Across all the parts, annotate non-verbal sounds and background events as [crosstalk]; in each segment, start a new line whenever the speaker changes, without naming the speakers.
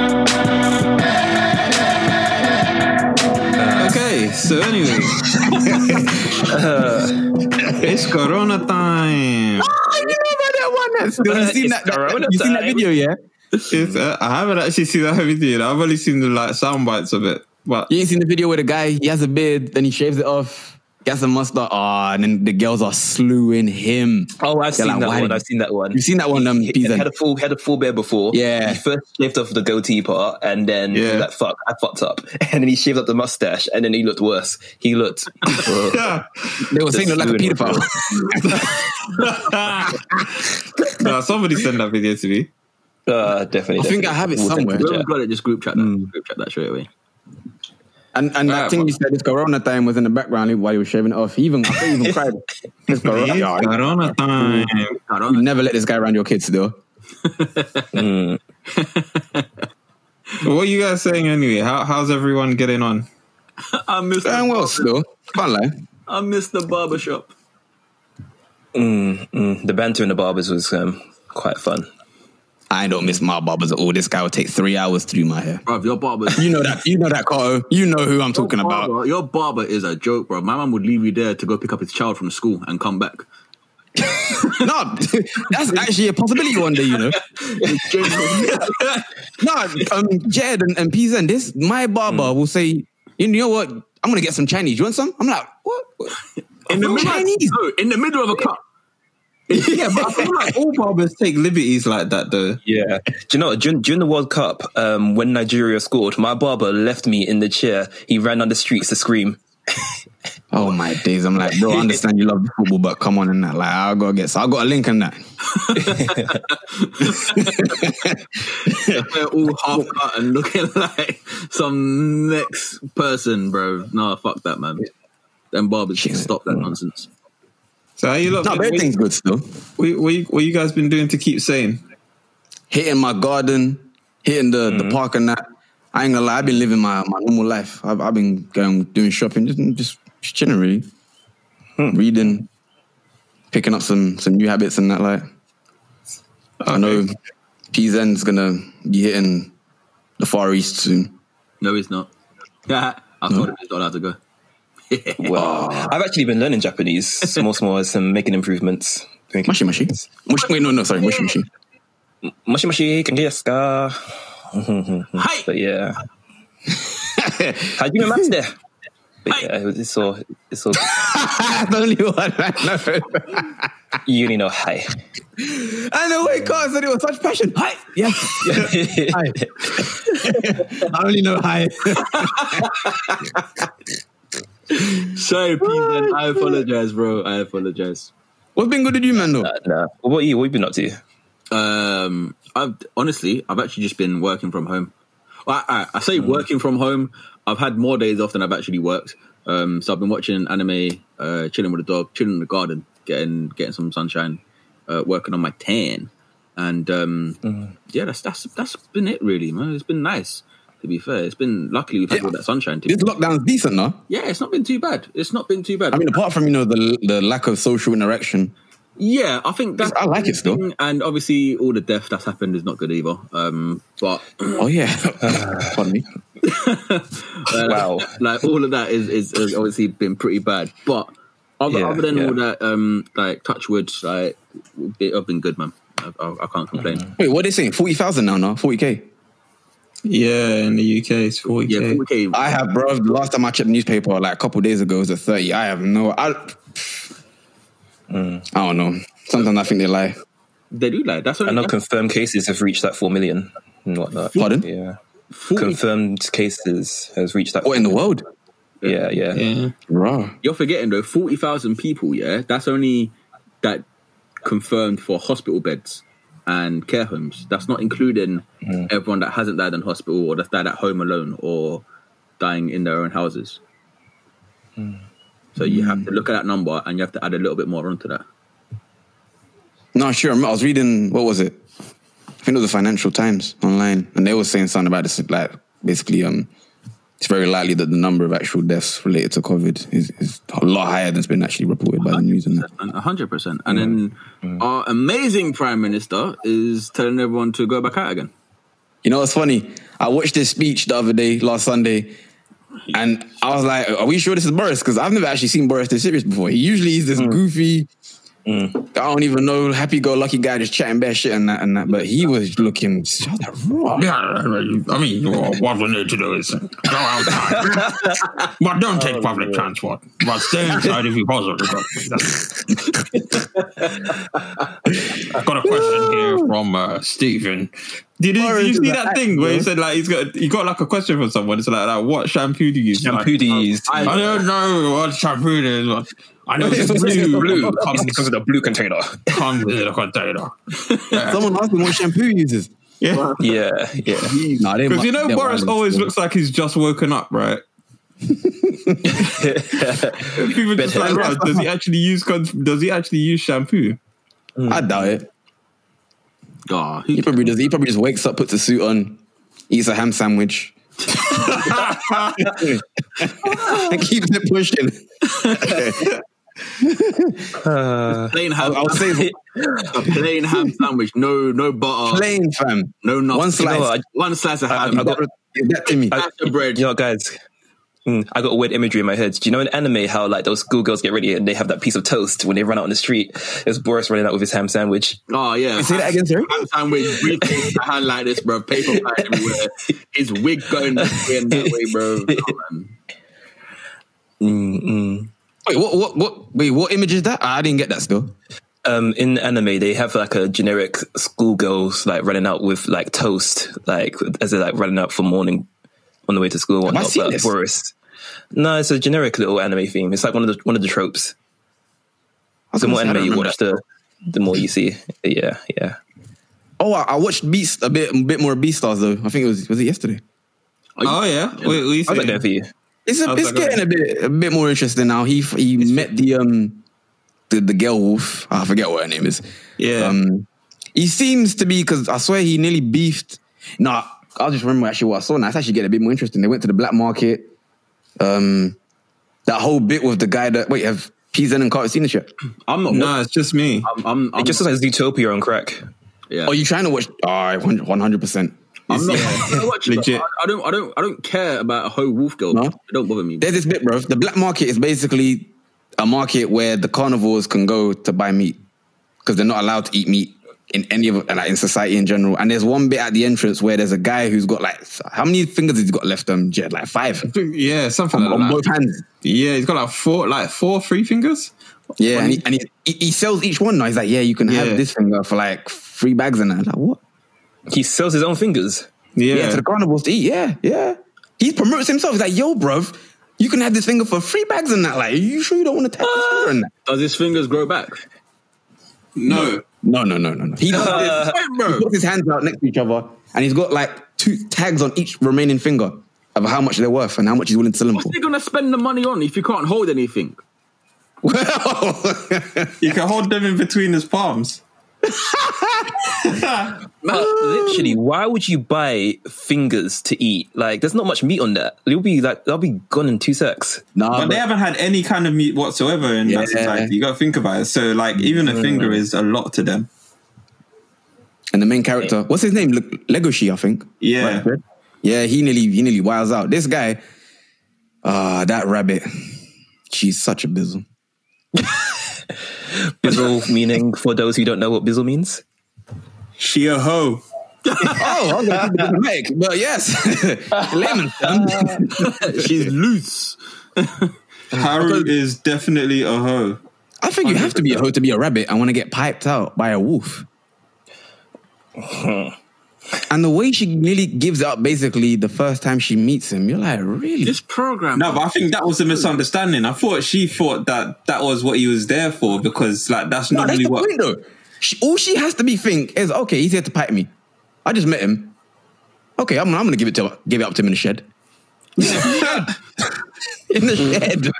Damn.
[laughs] I didn't Oh, know about that one. Still, you seen
Uh, It's
that, that
corona
you seen that
time.
video, yeah?
It's, uh, I haven't actually seen that video. I've only seen the like sound bites of it. But
You ain't seen the video where the guy he has a beard, then he shaves it off, gets a mustache, ah, and then the girls are slewing him.
Oh, I've
They're
seen
like,
that
why
one.
did-
I've seen that one.
You've seen that one, um,
He
Pizza?
had a full had a full bear before.
Yeah.
He first shaved off the goatee part, and then he
Yeah.
was like, "Fuck, I fucked up." [laughs] And then he shaved up the mustache, and then he looked worse. He
[laughs]
looked.
[laughs]
[laughs]
yeah.
They were saying they're like a
slewing
pedophile.
no, somebody sent that video to me.
uh, definitely.
I think
definitely.
I have it
We'll
somewhere.
take a
Whoever
picture.
got it, just group chat that. Group chat that straight away.
And and that
Alright,
thing
well-
you said, this corona time was in the background eh, while you were shaving it off. He even, I think he [laughs] even cried. This corona,
It's
yeah,
Corona time.
you
Corona.
never let this guy around your kids, though.
But what are you guys saying anyway? How, how's everyone getting on?
I miss
Doing
the,
well, still. Can't lie.
I miss the barbershop.
Mm, the banter in the barbers was um, quite fun.
I don't miss my barbers at all. This guy will take three hours to do my hair.
Bruv, your [laughs] barber's
You know that. You know that, Carl. You know who I'm talking about.
Barber- your barber is a joke, bro. My mum would leave you there to go pick up his child from school and come back.
No, [laughs] that's actually a possibility one day, you know.
[laughs]
no, um, Jed and, and Pizza and this, my barber will say, you know what? I'm going to get some Chinese. You want some? I'm like, what? [laughs] What?
In the
I'm
middle,
Chinese.
no, in the middle of a cut.
yeah, but I feel like all barbers take liberties like that, though.
Yeah. Do you know, during, during the World Cup, um, when Nigeria scored, my barber left me in the chair. He ran down the streets to scream.
Oh my days! I'm like, [laughs] bro, I understand you love the football, but come on and that. Like, I'll go get. So I got a link on that.
They're all half cut and looking [laughs] like some next person, bro. Nah, fuck that, man. Them barbers should stop that nonsense.
So how you look?
No, but everything's good still.
what, what, you- what you guys been doing to keep saying?
Hitting my garden, hitting the, the park and that. I ain't gonna lie, I've been living my, my normal life. I've, I've been going doing shopping, just just, just chilling really, Hmm. reading, picking up some some new habits and that. Like I know PZN's gonna be hitting the Far East soon.
No, he's not. [laughs] I told him he's not allowed to go.
Well, I've actually been learning Japanese, small, small, [laughs] as I'm making improvements. Making-
Mushy mushy. mushy wait, no, no, sorry, mushy mushy.
Mushi mushi, kanji desu ka? But
Hi!
yeah. How do you remember there? But yeah, it was- it's all, it's all,
That's the only one I know.
you only know hi.
And the way Carl said it with such passion. Hi. Yes. I only know hi.
Sorry, Pete, I apologize, bro. I apologize.
What's been good to you, man, though?
[laughs] nah. What about you? What have you been up to?
Um, I've honestly, I've actually just been working from home. I, I, I
Mm.
say working from home. I've had more days off than I've actually worked. Um, so I've been watching anime, uh, chilling with the dog, chilling in the garden, getting getting some sunshine, uh, working on my tan, and um,
Mm.
yeah, that's that's that's been it really, man. It's been nice. To be fair, it's been luckily we've had
Yeah.
all that sunshine. To
This lockdown's decent, no?
yeah, it's not been too bad. It's not been too bad.
I mean, apart from, you know, the the lack of social interaction.
Yeah, I think that's
I like it still.
And obviously, all the death that's happened is not good either. Um, but
Oh, yeah. [laughs] Pardon me.
Wow.
Uh, [laughs] like all of that is, is has obviously been pretty bad. But other,
Yeah,
other than
yeah.
all that, um, like Touchwood, like it- I've been good, man. I, I, I can't complain.
Mm-hmm.
Wait, what are they saying? 40,000 now, no? 40K.
Yeah, in the UK, it's 40k.
Yeah, 4K.
I have, bro, the last time I checked the newspaper, like a couple days ago, it was a 30. I have no. I, I don't know. Sometimes I think they lie.
they do like that's
I
only
know
that's
confirmed cases have reached that 4 million and whatnot.
Pardon?
Yeah.
40,
Confirmed cases has reached that.
What in the world?
Yeah, yeah.
Yeah.
Bro.
You're forgetting though, forty thousand people. Yeah, that's only that confirmed for hospital beds and care homes. That's not including everyone that hasn't died in hospital or that's died at home alone or dying in their own houses. So you have to look at that number and you have to add a little bit more onto that.
No, sure. I was reading. What was it? I think it was the Financial Times online, and they were saying something about this. Like basically, um, it's very likely that the number of actual deaths related to COVID is, is a lot higher than has been actually reported by the news. And that.
A hundred percent. And then our amazing prime minister is telling everyone to go back out again.
You know, what's funny. I watched this speech the other day, last Sunday, and I was like, "Are we sure this is Boris?" Because I've never actually seen Boris this serious before. He usually is this goofy, I don't even know happy go lucky guy just chatting bad shit and that and that. But he was looking so raw.
Yeah, I mean, what we need to do is go
[laughs]
outside, but don't take public transport. But stay inside if you possible. That's- got a question
[laughs]
here from uh, Stephen. Did you, did you see that thing where he said like he's got he got like a question from someone? It's like, like what shampoo do you use?
Shampoo do you use?
I don't know what shampoo it is. What I know [laughs] it's blue.
[laughs] blue comes because of the blue container.
Comes in a container.
Someone asked him what shampoo he uses.
Yeah.
Yeah, yeah.
Nah, they
Because
might-
you know
they
Boris
might-
always looks like he's just woken up, right?
[laughs]
People just like, "Wow, does he actually use con- does he actually use shampoo?
I doubt it.
Ah,
He probably does. He probably just wakes up, puts a suit on, eats a
[laughs]
ham sandwich, [laughs] and keeps
[laughs]
it pushing.
plain ham.
I'll say
a plain ham sandwich. No, no
[laughs]
butter.
plain fam.
no nothing.
One slice.
know what?
One slice of ham.
I got-
Give that to me.
I-
Slice of bread.
You know, guys, mm, I got a weird imagery in my head. Do you know in anime how like those schoolgirls get ready and they have that piece of toast when they run out on the street? It's Boris running out with his ham sandwich.
Oh yeah.
Say that again, sir.
Ham sandwich, briefcase, a hand like this, bro. Paper flying everywhere. His wig going this way and that way, bro. Oh, man.
Wait, what? What? What? Wait, what image is that? I didn't get that still.
Um, in anime, they have like a generic schoolgirls like running out with like toast, like as they're like running out for morning on the way to school. And whatnot,
seen
but
this?
Boris. No, it's a generic little anime theme. It's like one of the one of the tropes.
I was
The
gonna
more
say, I
anime
don't
you uh,
remember
watch,
that.
the the more you see. Yeah, yeah.
Oh, I, I watched Beast a bit, a bit more Beastars though. I think it was was it yesterday.
Oh yeah, wait, we
How's that going for you?
It's a,
How's
it's
that going?
getting a bit a bit more interesting now. He f- he met the um the the girl wolf. I forget what her name is.
Yeah.
Um, he seems to be because I swear he nearly beefed. Nah, I just remember actually what I saw. Now it's actually getting a bit more interesting. They went to the black market. Um, that whole bit with the guy that wait have Pizen and Carter seen this yet?
I'm not.
no, it's just me.
I'm. I'm, I'm
It just looks like Zootopia on crack.
yeah.
Are Oh, you trying to watch? All right, one hundred percent.
I'm not, I'm not watching
Legit.
Legit. I, I don't. I don't. I don't care about a whole wolf girl.
No?
It don't bother me.
There's this bit, bro. The black market is basically a market where the carnivores can go to buy meat because they're not allowed to eat meat in any of like in society in general. And there's one bit at the entrance where there's a guy who's got like how many fingers has he got left? Um, Jed, like five
Yeah, something
on, on
like
both
that.
hands.
Yeah, he's got like four, like four three fingers.
Yeah, and, he, and he, he he sells each one now. He's like, yeah, you can
Yeah.
have this finger for like three bags and that. I'm Like what?
He sells his own fingers.
Yeah,
Yeah. to the carnivores to eat. Yeah, yeah. He promotes himself. He's like, yo, bruv, you can have this finger for three bags and that. Like, you sure you don't want to take this finger and that?
Does his fingers grow back?
no,
No, no, no, no, no. He does this.
Wait, bro.
He puts his hands out next to each other, and he's got like two tags on each remaining finger of how much they're worth and how much he's willing to sell them for.
What's they gonna spend the money on if you can't hold anything?
you can hold them in between his palms.
But literally, why would you buy fingers to eat? Like, there's not much meat on that. You'll be like, they'll be gone in two secs.
[laughs] nah,
But they
but
haven't had any kind of meat whatsoever in
Yeah.
that society. You got to think about it. So, like, even a finger is a lot to them.
and the main character, what's his name? Le- Legoshi, I think.
Yeah.
Right? Yeah, he nearly he nearly wiles out. This guy, ah, that rabbit, she's such a bizzle.
Bizzle meaning for those who don't know what bizzle means.
She a hoe.
Oh, I'm gonna keep it diplomatic, [laughs] but yes, [laughs] in layman's terms.
She's loose.
Haru is definitely a hoe.
I think you have to be a hoe to be a rabbit and want to get piped out by a wolf. and the way she really gives up basically the first time she meets him, you're like, really?
This program.
No, but I think that was a misunderstanding. I thought she thought that that was what he was there for because, like, that's
No, that's
normally
the
what.
point though. She, all she has to be think is, okay, he's here to pipe me. I just met him. Okay, I'm, I'm gonna give it to give it up to him in the shed. [laughs] in the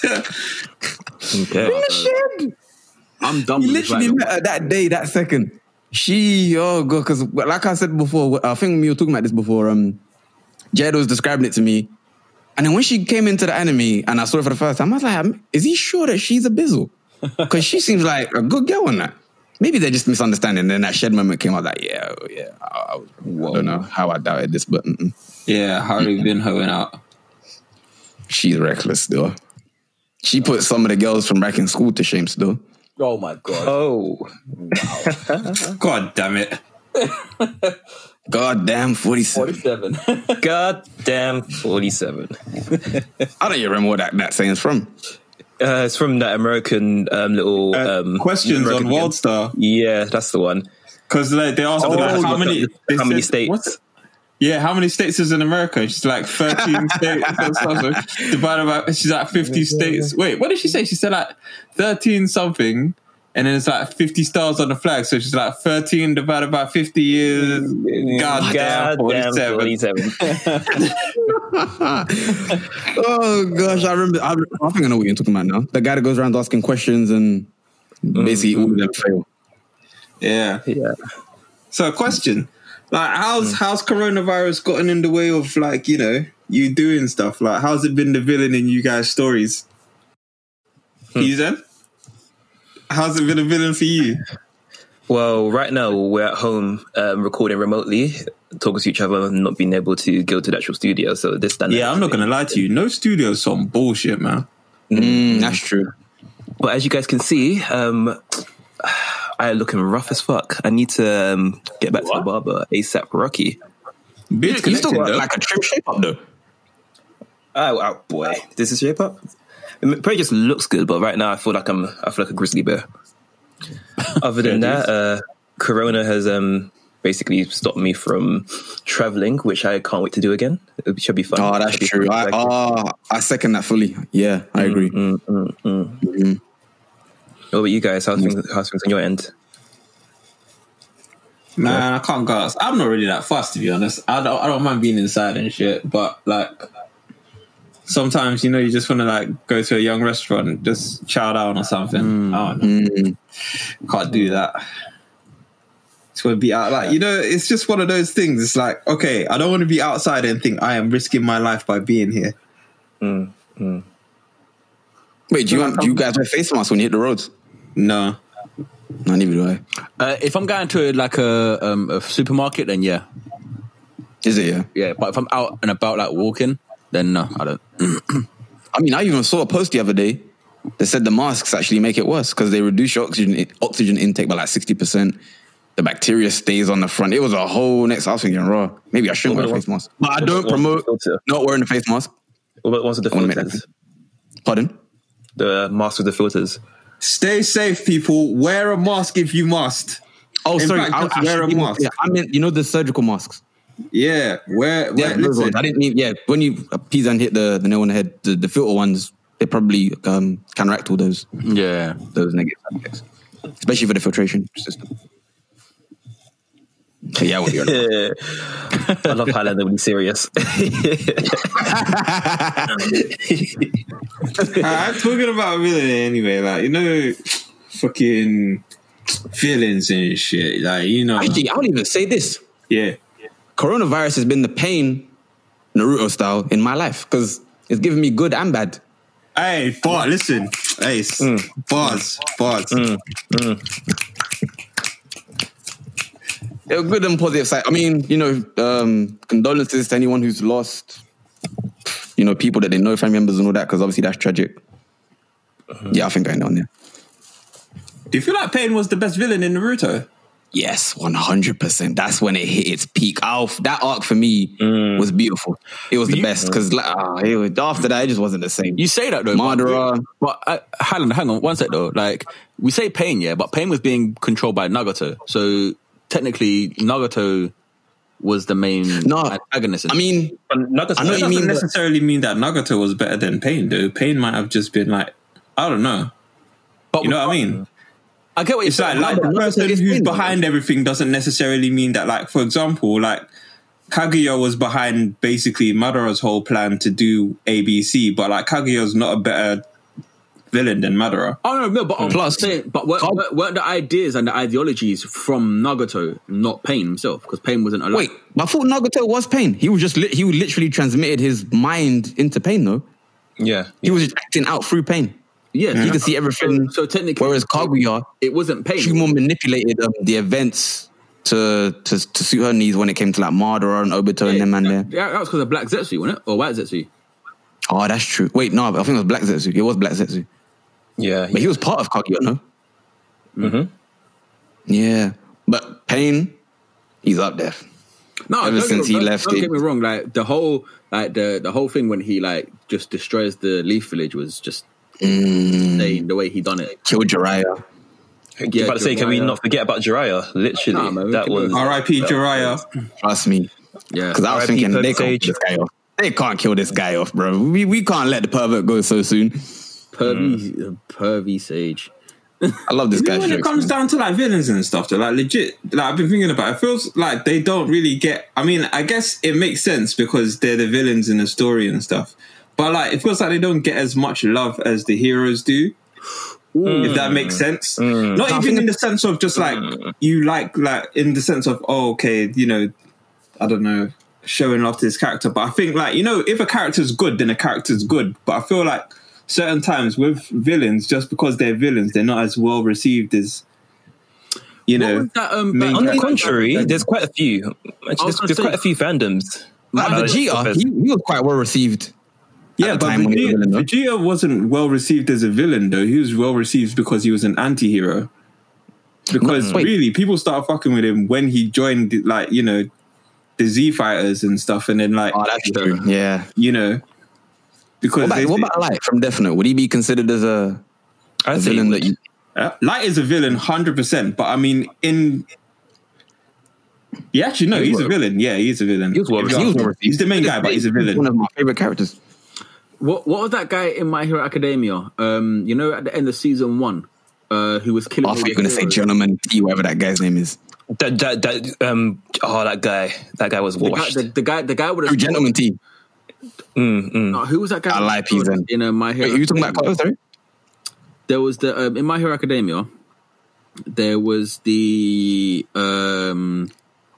shed.
Okay.
shed.
I'm done.
He
With this right
literally
now.
met her that day, that second. She, oh god, because like I said before, I think we were talking about this before. Um, Jed was describing it to me, and then when she came into the anime and I saw it for the first time, I was like, "Um, "Is he sure that she's a bizzle? Because she seems like a good girl on that. Maybe they're just misunderstanding." then that Shed moment came out, like, "Yeah, oh, yeah, I, I, was- I don't know how I doubted this, but mm-mm.
Yeah, Haru been hoeing out.
she's reckless still. She put some of the girls from back in school to shame still.
Oh my god!
Oh,
God damn it.
Goddamn 47.
Forty-seven.
goddamn, forty-seven.
I don't even remember where that, that saying's from.
Uh, it's from that American um, little
Uh,
um,
questions on
American game.
Worldstar
Yeah, that's the one.
because like, they asked her, like,
Oh,
how many they
how many
said-
states?
what's- Yeah, how many states is in America? She's like [laughs] thirteen states. or something. divided by she's like fifty states. Wait, what did she say? She said like thirteen something, and then it's like fifty stars on the flag. So she's like thirteen divided by fifty is goddamn forty seven.
Oh gosh, I remember. I, I think I know what you're talking about now. The guy that goes around asking questions and basically all of them fail.
Yeah. [laughs]
Yeah.
So, a question: like, how's how's coronavirus gotten in the way of like you know you doing stuff? Like, how's it been the villain in you guys' stories? You said, how's it been a villain for you?
Well, right now we're at home um, recording remotely, talking to each other, and not being able to go to the actual studio. So this, that, and
Yeah,
that.
I'm not gonna lie to you. No studio's some bullshit, man.
Mm, that's true.
But as you guys can see, um, [sighs] I am looking rough as fuck. I need to um, get back to the barber ASAP, Rocky.
Beard's
You still
connected,
got
though.
like a trim shape up though.
Oh, oh boy, this is shape up. It probably just looks good, but right now I feel like I'm I feel like a grizzly
[laughs]
bear. Other than that, uh, Corona has um, basically stopped me from traveling, which I can't wait to do again. It should be fun.
Oh, that's
Should be
true.
fun.
I, oh, I second that fully. Yeah, I agree.
what about you guys? How's things? How's things on your end?
Man, I can't go. outs- I'm not really that fast to be honest. I don't. I don't mind being inside and shit, but like sometimes you know you just want to like go to a young restaurant, and just chow down or something. Oh, no. Can't do that. It's gonna be out like you know. It's just one of those things. It's like okay, I don't want to be outside and think I am risking my life by being here.
Wait, do you want, do you guys wear face masks when you hit the roads?
No.
No, neither do I.
[laughs] Uh, if I'm going to like a, um, a supermarket, then yeah,
Is it? Yeah.
yeah. But if I'm out and about, like walking, then no, I don't. Mm.
I mean, I even saw a post the other day that said the masks actually make it worse because they reduce your oxygen oxygen intake by like sixty percent. The bacteria stays on the front. It was a whole next. I was thinking, raw. Maybe I shouldn't wear a face mask. But I don't promote not wearing a face mask.
What about ones with the
wanna make that
filters?
Pardon.
The mask with the
[laughs]
filters.
Stay safe, people. Wear a mask if you must.
Oh,
In
sorry.
fact,
I,
just
I
wear
should
a
even-
mask.
yeah, I mean, you know the surgical masks.
Yeah, wear.
Yeah,
wear
those
listen,
ones. I didn't mean. Yeah, when you uh, peas and hit the the nail on the head, the, the filter ones, they probably um, counteract all those
Yeah,
those negative side effects, especially for the filtration system. But yeah, I wouldn't be on [laughs] it.
Yeah. I love Highlander when he's serious. [laughs]
I'm talking about villain anyway. Like you know, fucking feelings and shit. Like you know,
Actually, I don't even say this.
yeah.
Coronavirus has been the pain, Naruto style, in my life because it's given me good and bad.
Hey, bar. Listen, hey, s- bars, bars.
There were good and positive side. I mean, you know, um, condolences to anyone who's lost, you know, people that they know, family members, and all that because obviously that's tragic. Yeah, I think I know on there.
Do you feel like Pain was the best villain in Naruto?
Yes, one hundred percent. That's when it hit its peak. Alf, that arc for me was beautiful. It was the best because like, ah, it was- after that, it just wasn't the same.
you say that though. but-
Madara.
But uh, Hang on, hang on, one sec though. Like we say pain, yeah, but pain was being controlled by Nagato. So technically, Nagato was the main
No,
antagonist. in
I mean, I know
That
you
doesn't
mean. but-
necessarily mean that Nagato was better than Pain, though. Pain might have just been like, I don't know.
but
You know what I mean?
I get what you're
It's like,
saying.
like the
Nagato
person
is
who's
Pain, though.
behind everything doesn't necessarily mean that. Like, for example, like Kaguya was behind basically Madara's whole plan to do ABC, but like Kaguya's not a better villain than Madara.
Oh no, no, but I'm plus saying, but weren't, weren't- weren't the ideas and the ideologies from Nagato not Pain himself? Because Pain wasn't allowed.
Wait, but I thought Nagato was pain. He was just li- he literally transmitted his mind into pain though.
yeah.
He was just acting out through pain.
yeah,
You could see everything.
So, so technically,
Whereas Kaguya,
it wasn't Pain.
she more manipulated um, the events to, to to suit her needs when it came to like Madara and Obito and them and there.
Yeah, that was because of Black Zetsu, wasn't it? Or White Zetsu?
Oh, that's true. Wait, no, I think it was Black Zetsu. It was Black Zetsu,
Yeah.
but he was part of Kaguya, no? Mm-hmm. Yeah, but Payne, he's up there.
No,
Ever
don't get
since
me-
he
don't-
left
Don't
it-
get me wrong. Like the whole, like the the whole thing when he like just destroys the leaf village was just insane. The way he done it.
Killed Jiraiya.
Yeah,
about to say, can we
Jiraiya.
not forget about Jiraiya? Literally,
Nah, man, we
that
can-
was
R.I.P. Jiraiya.
Trust me,
Yeah,
because I was
RIP
thinking they
Pervert
can't
Sage.
kill this guy off. They can't kill this guy off, bro. We we can't let the pervert go so soon.
pervy,
Mm.
pervy sage.
I love this guy.
Even when it
Strix,
comes
man.
down to like villains and stuff, they're like legit. Like I've been thinking about it. it, feels like they don't really get. I mean, I guess it makes sense because they're the villains in the story and stuff. But like, it feels like they don't get as much love as the heroes do. If that makes sense, not even in the sense of just like you like like in the sense of oh okay you know I don't know showing love to this character, but I think like you know if a character's good then a character's good. But I feel like certain times with villains just because they're villains they're not as well received as you
What
know
was that? Um,
Main
that-
On the
that-
contrary,
that-
there's quite a few. Actually,
was
there's
gonna
there's
say-
quite a few fandoms.
Like
Uh,
Vegeta, he, he was quite well received.
yeah
the
but
time when he was a
Vegeta,
villain, though.
Vegeta wasn't well received as a villain though he was well received because he was an anti-hero because
No, wait.
really people started fucking with him when he joined like you know the Z fighters and stuff and then like
Oh, that's true. Yeah.
you know because
What
they-
about, what about Light from Definite? Would he be considered as a,
I
a
say
villain that you?
Uh, Light is a villain, hundred percent. But I mean, in yeah, actually, no, he's a villain. Yeah, he's a villain.
was well
If you
received.
ask me, he's the main guy, but he's a
One
villain.
of my favorite characters.
What What was that guy in My Hero Academia? Um, you know, at the end of season one, uh, who was killing.
I
all
thought
the
you were going to say
heroes.
Gentleman T, whatever that guy's name is.
that, that that um oh that guy that guy was
The guy,
washed.
the, the guy, the guy with
Oh,
a
Gentleman T.
No, who was that guy?
I like peas then.
in uh, My Hero.
Wait, are you talking about Carter? Sorry.
there was the um, in My Hero Academia. There was the um.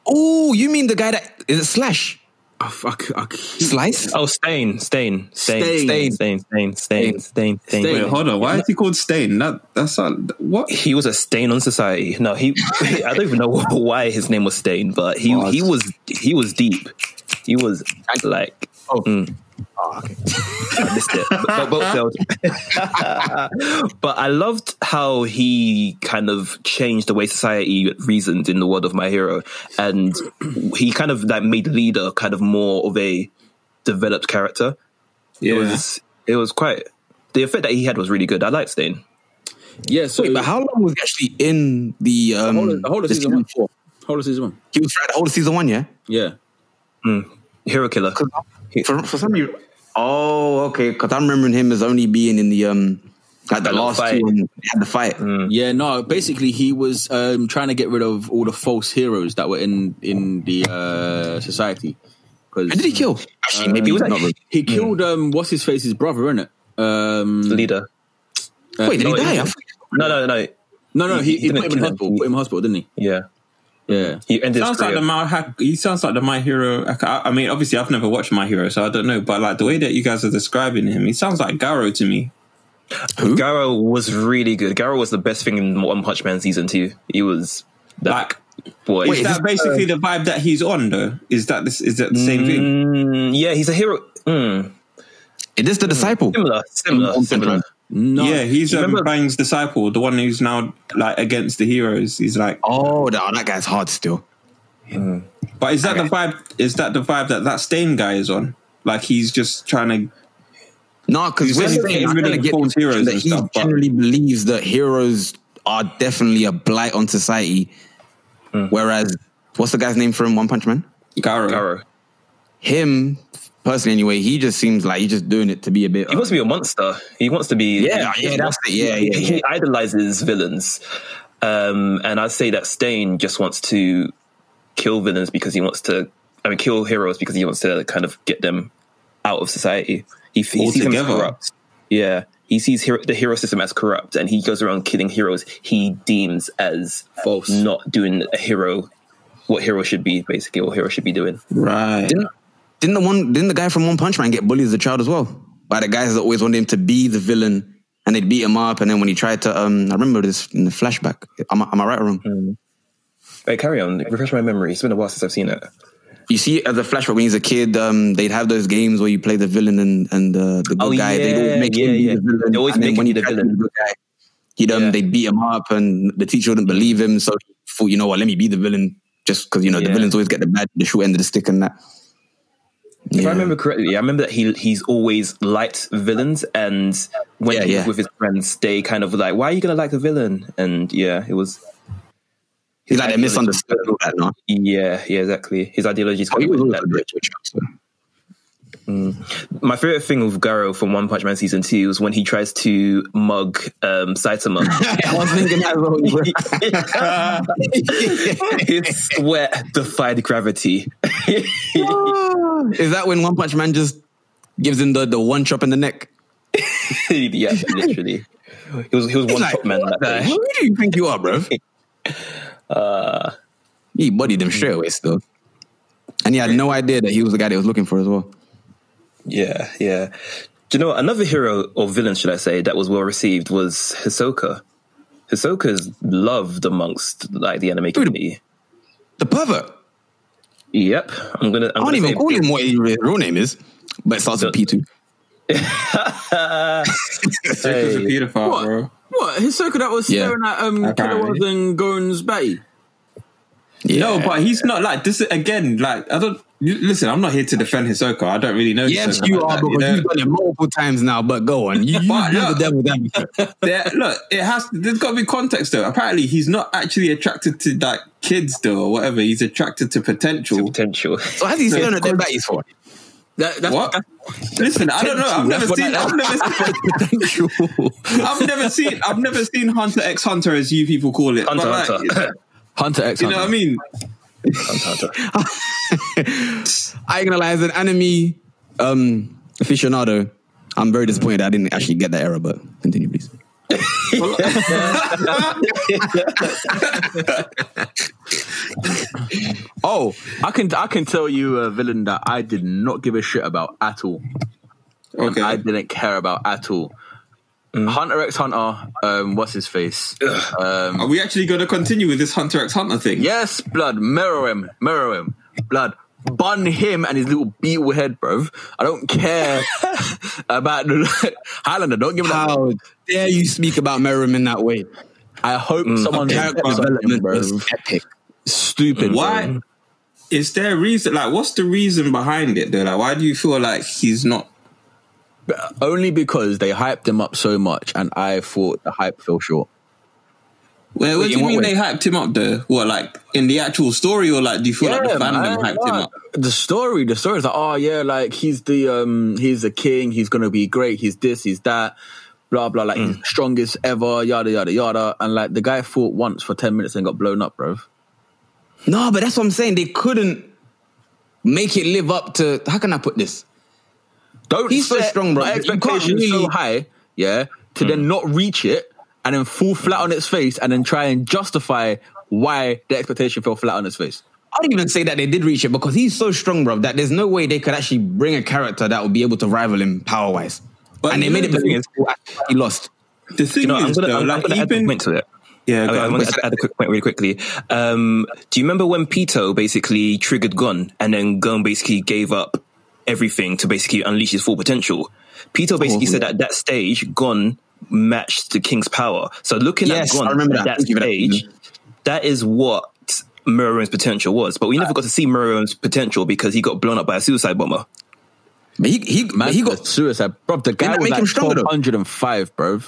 Oh, you mean the guy that is it Slash?
I oh, fuck. I keep-
Slice?
Oh, stain, stain, stain,
Stain.
stain, stain, stain, stain, stain,
Stain.
Wait, hold on. Why is he called Stain? That that's not, what.
He was a stain on society. No, he. [laughs] I don't even know [laughs] why his name was stain, but he he was he was deep. He was like
Oh.
Mm. I missed it, but, but, failed. [laughs] but I loved how he kind of changed the way society reasoned in the world of My Hero, and he kind of like made the leader kind of more of a developed character.
Yeah.
It was it was quite the effect that he had was really good. I liked Stain.
Yeah. So
Wait, but how long was he actually in the um?
whole of- the whole of
the
season one.
four?
Hold on, season one.
He was throughout the whole of season one, yeah.
Yeah.
Hero killer.
For, for some reason. Oh, okay. Because I'm remembering him as only being in the um, like the
Had the
last
fight.
two and had the fight.
Yeah, no. Basically, he was um, trying to get rid of all the false heroes that were in in the uh, society. Because
Who did he kill? Actually, maybe he was not. really-
he killed um, what's his face's brother, innit? Um,
leader.
uh,
Wait, did he
No,
die?
he-
I thought-
No, no, no.
No, no. He,
He
he,
didn't
put him in
kill him.
hospital. Put him in hospital, didn't he?
Yeah,
Yeah.
he ended.
Sounds
His
like
career.
the my hack. He sounds like the My Hero. I, I mean, obviously, I've never watched My Hero, so I don't know. But like the way that you guys are describing him, he sounds like Garo to me.
Garo was really good. Garo was the best thing in One Punch Man season two. He was that
Like,
boy.
is that basically the vibe that he's on? Though, is that this? Is that the same thing?
Mm, yeah, he's a hero. Mm,
Is
Hmm.
this the disciple?
similar, similar,
One
similar.
Punch
No.
yeah, he's um,
remember-
Bang's disciple, the one who's now like against the heroes. He's like,
Man. Oh, no, that guy's hard still.
But is that the vibe? Is that the vibe that that Stain guy is on? Like he's just trying to.
No, because
He's
we're
just
saying
getting
I'm
rid
gonna
of
get
false heroes
that
and
he
stuff, but-
generally believes that heroes are definitely a blight on society. Whereas, what's the guy's name from One Punch Man?
Garo.
Garo.
Him, personally, anyway, he just seems like he's just doing it to be a bit. uh,
He wants to be a monster. He wants to be.
Yeah, yeah, that's it. Yeah, yeah,
he
yeah.
idolizes villains, um, and I'd say that Stain just wants to kill villains because he wants to. I mean, kill heroes because he wants to kind of get them out of society. He, he sees them as
Altogether.
corrupt. Yeah, he sees hero, the hero system as corrupt, and he goes around killing heroes he deems as
False.
not doing a hero what hero should be basically, what hero should be doing.
Right.
Didn't the one? Didn't the guy from One Punch Man get bullied as a child as well by the guys that always wanted him to be the villain? And they'd beat him up, and then when he tried to, um, I remember this in the flashback. Am I, am I right or wrong?
Wait, carry on. Refresh my memory. It's been a while since I've seen it.
you see as a flashback when he's a kid, um, they'd have those games where you play the villain and and uh, the good
Oh,
guy.
yeah,
they'd all make
yeah,
him be
yeah.
the villain.
They always
and then
make
when
him
he
the
tried to
villain.
be the good guy, He done
Yeah.
they beat him up, and the teacher wouldn't believe him, so he thought, you know what, let me be the villain, just because you know the
Yeah.
villains always get the bad, the short end of the stick, and that.
If
Yeah.
I remember correctly, I remember that he he's always liked villains, and when
Yeah,
he was
yeah.
with his friends, they kind of were like, "Why are you gonna like the villain?" And yeah, it was.
he's like they misunderstood and all that. No,
Yeah, yeah, exactly. His ideology is
oh,
kind
he
of
was
within
always
that
a
bridge.
bit rich, so.
My favorite thing with Garo from One Punch Man season two was when he tries to mug um, Saitama.
[laughs] [laughs] I was thinking that as well, bro.
[laughs] His sweat defied gravity.
[laughs]
[laughs]
Is that when One Punch Man just gives him the, the one chop in the neck?
yeah, literally. He was he was one
like,
top man. in That
Like,
page.
who do you think you are, bro?
[laughs] Uh,
he bodied him straight away still. And he had no idea that he was the guy they was looking for as well.
Yeah, yeah. Do you know what? another hero or villain, should I say, that was well received was Hisoka. Hisoka's loved amongst like the anime community.
The pervert.
Yep, I'm gonna. I'm
I don't
gonna
even
say-
call him what his real name is, but it starts with P2.
He's a
Hey.
pedophile,
What?
bro.
What? His circle that was
Yeah.
staring at um,
Apparently.
Killers and Goron's Betty.
Yeah.
No, Oh, but he's not like this. is- Again, like I don't you- listen. I'm not here to defend Hisoka. I don't really know.
Yes,
Hisoka
you
like that,
are, because
know?
you've done it multiple times now, but go on. You, you
But
you're the
look-
devil advocate.
there, look, it has. There's got to be context though. Apparently, he's not actually attracted to like kids though, or whatever. He's attracted to potential.
potential.
So how's he staring at their baddies [laughs] for?
That, that's,
What? Listen, I don't know. I've never seen. I've never seen.
Potential.
I've never seen. I've never seen Hunter x Hunter as you people call it.
Hunter,
But, like,
Hunter.
Hunter X
You know what I mean?
[laughs] Hunter, Hunter.
I ain't gonna lie, as an anime um, aficionado, I'm very disappointed I didn't actually get that error, but continue, please.
oh, I can I can tell you a villain that I did not give a shit about at all.
Okay. Mm.
I didn't care about at all. Hunter X Hunter, um, what's his face? Uh,
Are we actually going to continue with this Hunter x Hunter thing?
Yes, blood, mirror him, mirror him, blood. Bun him and his little beetle head, bro. I don't care
[laughs]
about the [laughs] Highlander. Don't give him that.
How dare you speak about Merrim in that way?
I hope
Mm.
someone
Character development was epic.
stupid.
Why? Is there a reason? Like, what's the reason behind it though? Like, why do you feel like he's not?
bro. Only because they hyped him up so much, and I thought the hype fell short.
Where, what
Wait,
do
in
you
what
mean
way?
they hyped him up though? What, like in the actual story, or like do you feel like the fandom
man,
hyped him
nah.
up?
The story, the story is like, oh yeah, like he's the um, he's the king. He's gonna be great. He's this. He's that. Blah blah. Like
Hmm.
he's the strongest ever. Yada yada yada. And like the guy fought once for ten minutes and got blown up, bro.
No, but that's what I'm saying. They couldn't make it live up to. How can I put this?
Don't
He's so
set
strong, bro.
my
You can't
Expectations so
really-
high, yeah, to
Hmm.
then not reach it and then fall flat on its face and then try and justify why the expectation fell flat on its face.
I would not even say that they did reach it because he's so strong, bro, that there's no way they could actually bring a character that would be able to rival him power wise.
But
And they
you
made
know
it
the thing
believe
is-
he lost.
The thing
You know, I'm
is,
gonna,
though,
I'm,
like
I'm gonna add a
even
point to it.
yeah, go
Okay,
on.
I'm going to add a quick point really quickly. Um, do you remember when Pito basically triggered Gon and then Gon basically gave up everything to basically unleash his full potential? Pito
Oh,
basically said that at that stage, Gon matched the king's power. So looking
Yes,
at Gon
I remember
at that
that. Thank you for that. Mm-hmm.
stage, that is what Murrow's potential was. But we
Ah.
never got to see Murrow's potential because he got blown up by a suicide bomber.
But he, he, but
Man,
he got
suicide, bro. The guy
that
was
make him
like
stronger, though?
twelve hundred and five,
[laughs]
bro.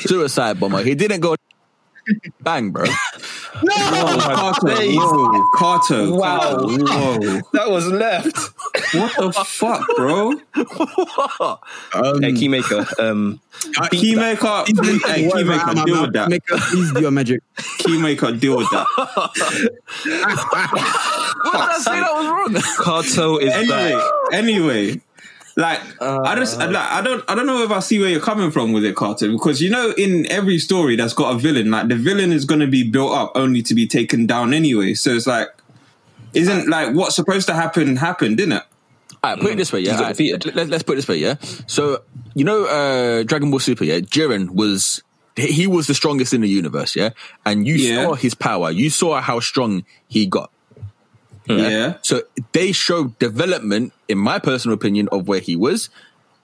suicide bomber. He didn't go bang,
[laughs]
bro.
Carter, whoa, Carter, wow, whoa,
That was left.
what the fuck,
[laughs]
bro?
Hey, Keymaker. Um,
Keymaker, hey, Keymaker, deal with that.
Make a, please do
[laughs]
your magic.
Keymaker, deal with that.
What did I [laughs] say that was wrong?
Kato is
anyway,
back.
[laughs]
anyway, like I just
Uh-huh.
like I don't I don't know if I see where you're coming from with it, Carter, because you know in every story that's got a villain, like the villain is going to be built up only to be taken down anyway. So it's like, isn't like what's supposed to happen happened, didn't it?
All right, put it this way, yeah.
got
All right,
defeated.
let, us put it this way, yeah. So you know, uh, Dragon Ball Super, yeah. Jiren was he- he was the strongest in the universe, yeah. And you
Yeah.
saw his power. You saw how strong he got.
yeah.
So they showed development, in my personal opinion, of where he
Mm.
was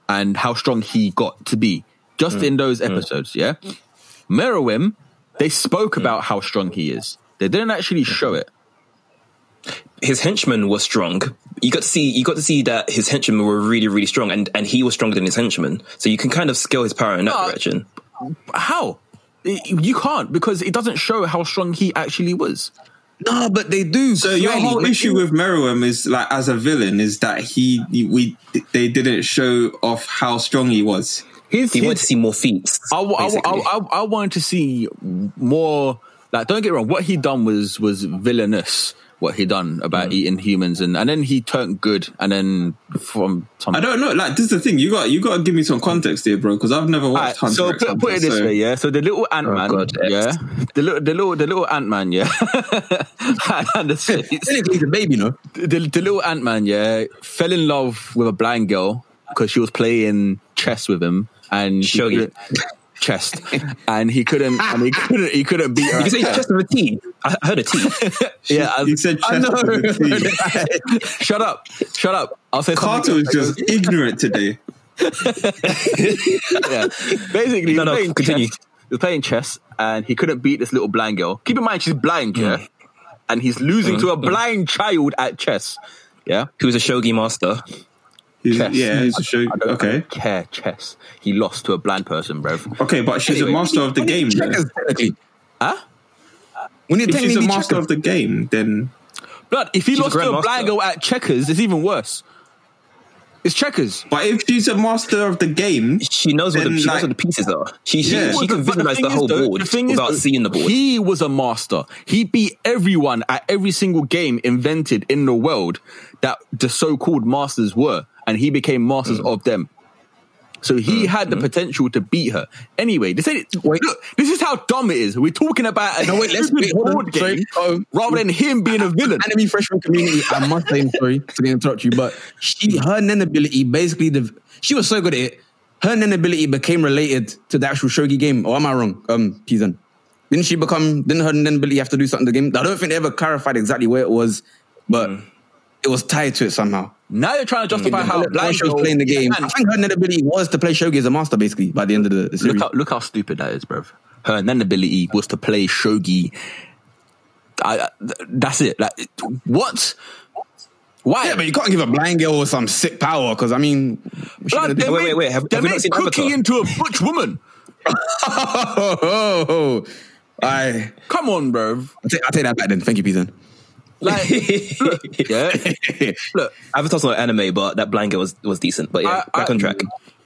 and how strong he got to be just in those episodes. Yeah. Merowim, they spoke
Mm.
about how strong he is. They didn't actually show it.
his henchmen were strong. You got to see you got to see that his henchmen were really really strong, and and he was stronger than his henchmen. So you can kind of scale his power in that
Uh,
direction.
How? You can't because it doesn't show how strong he actually was.
No, but they do.
So your
clearly.
whole
They
issue
do.
with Merowim is like as a villain is that he we they didn't show off how strong he was.
His,
He wanted
his-
to see more feats.
I, I, I,
basically.
I, I wanted to see more. Like, don't get me wrong. What he done was was villainous. What he done about eating humans, and and then he turned good, and then from some.
I don't know. Like this is the thing you got you got to give me some context here, bro, because I've never watched Hunter.
Alright, so
x
put, put it
Hunter,
this
so-
way, yeah. So the little Ant Man,
God, X.
yeah. The little, the little, the little Ant Man, yeah. [laughs] and the,
Technically, he's a baby, no?
the, the little Ant Man, yeah, fell in love with a blind girl because she was playing chess with him and she
Shogi.
couldn't- chess, and he couldn't, and he couldn't, he couldn't beat her.
You
at
say
chess.
chest of a T. I I heard a T.
[laughs] Yeah,
[laughs]
I-
You said
I
chest
know.
with
[laughs]
a
Shut up! Shut up! I'll say
Carter
something.
is just ignorant today.
Yeah. Basically,
No,
he was
no,
playing
continue.
Chess, he was playing chess, and he couldn't beat this little blind girl. Keep in mind, she's blind, yeah, and he's losing to a blind child at chess. Yeah,
Who was a shogi master?
He's-
Chess.
Yeah, he's a show. Okay,
care chess. He lost to a blind person, bro.
okay, but she's a
Anyway,
master of the game. though.
Checkers, technically.
Huh?
When you're
If she's a
technically
master
checkers,
of the game, then
Blood. If he
a
lost to a
grandmaster.
blind girl at checkers, it's even worse. It's checkers.
but if she's a master of the game,
She knows what the,
Then,
she
like-
knows what the pieces are. She she,
Yeah.
she can
But
visualize
thing
the
is,
whole
though,
board
the thing is,
without
though,
seeing the board.
He was a master. He beat everyone at every single game invented in the world that the so-called masters were, and he became masters
Hmm.
of them. So he had the potential to beat her. Anyway, this ain't, look, this is how dumb it is. We're
[laughs]
talking about a
No, wait, let's-
stupid
wait, hold on.
board game
Sorry.
Oh.
Um,
rather than him being a villain.
enemy freshman community, I must say, I'm sorry to interrupt you, but she, her nen ability basically, the, she was so good at it. Her nen ability became related to the actual shogi game. Or am I wrong? Um, Pizan. Didn't she become, didn't her nen ability have to do something to the game? I don't think they ever clarified exactly where it was, but it was tied to it somehow.
Now you're trying to justify how
How
blind
she was playing the game. I think her nen ability was to play shogi as a master basically by the end of the, the series.
Look how, look how stupid that is, bruv. Her then ability was to play shogi. I, I- th- that's it. Like it- what? Why?
Yeah, but you can't give a blind girl some sick power because I mean, what she gonna
Blood, they
do?
Wait, wait,
made-
wait, have-
they
have we not
made
seen
cooking
Avatar?
into a butch woman.
oh, oh, oh. I,
Come on, bruv.
I, take, I take that back then. Thank you, Pizan.
[laughs]
Like, look, yeah. Look,
Avatar's not anime, but that blind girl was, was decent. But yeah,
I-
back
I-
on track.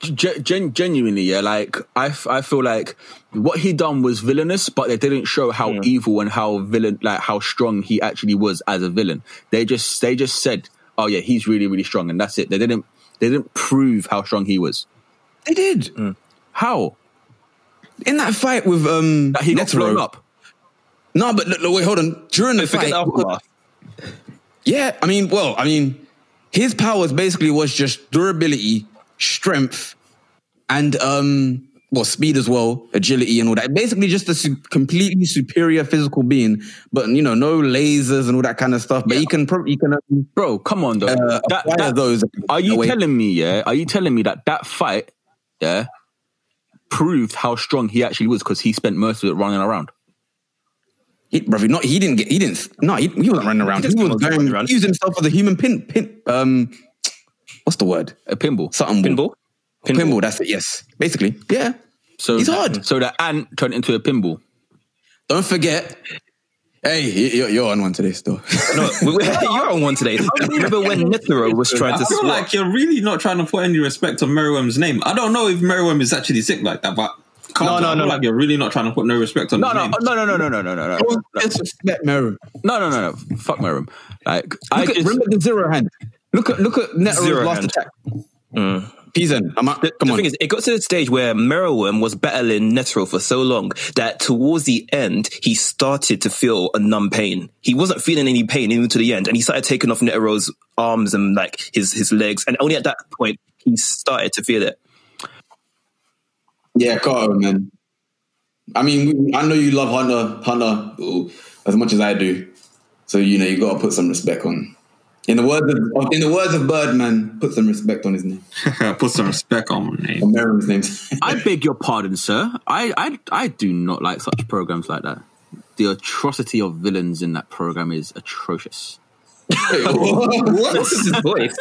Gen- gen- genuinely, yeah. Like I, f- I feel like what he done was villainous, but they didn't show how
Hmm.
evil and how villain, like how strong he actually was as a villain. They just, they just said, "Oh yeah, he's really, really strong," and that's it. They didn't, they didn't prove how strong he was.
They did
Hmm.
How
in that fight with um.
that he got blown up.
No, but look, look, wait, hold on. During the
Forget
fight,
the aftermath.
yeah. I mean, well, I mean, his powers basically was just durability, strength, and um, well, speed as well, agility and all that. Basically, just a su- completely superior physical being, but you know, no lasers and all that kind of stuff. But he can probably he can. Um,
Bro, come on, though.
Uh, acquire those
Are you
away.
telling me, yeah? Are you telling me that that fight, yeah, proved how strong he actually was because he spent most of it running around?
He, bro, he not he didn't get he didn't no he, he wasn't running around. He,
He
was
wasn't
going
running around.
he used himself as a human pin pin um what's the word
A pinball.
something
Pinball?
pinball that's it yes basically yeah.
So
He's hard.
So the ant turned into a pinball.
Don't forget, hey y- you're, you're on one today still.
No, we- [laughs] we- you're on one today. Remember
[laughs]
when Netero was
[laughs]
trying
I
to
feel
swap?
like you're really not trying to put any respect on Merriwem's name. I don't know if Merriwem is actually sick like that, but Carter,
no,
I feel
no.
Like you're really not trying to put no respect on.
No,
his
no,
name.
no, no, no, no, no, no, no, no,
Don't disrespect Meru.
no, no, no, no. Fuck my room. Like I
Look at,
just,
remember the zero hand. Look at look at
Zero
Netero's last
hand.
attack. Mm. Pizan, I'm out. Come
the
on.
thing is, it got to the stage where Merowim was battling Netero for so long that towards the end, he started to feel a numb pain. He wasn't feeling any pain even to the end, and he started taking off Netero's arms and like his his legs. And only at that point, he started to feel it.
Yeah, Carter, man. I mean, we- I know you love Hunter, Hunter ooh, as much as I do. So you know you got to put some respect on In the words of in the words of Birdman, put some respect on his name.
[laughs]
Put some respect on my
[laughs]
name.
On Merrim's name.
I beg your pardon, sir. I, I, I do not like such programs like that. The atrocity of villains in that program is atrocious.
[laughs]
What's his
[laughs]
voice?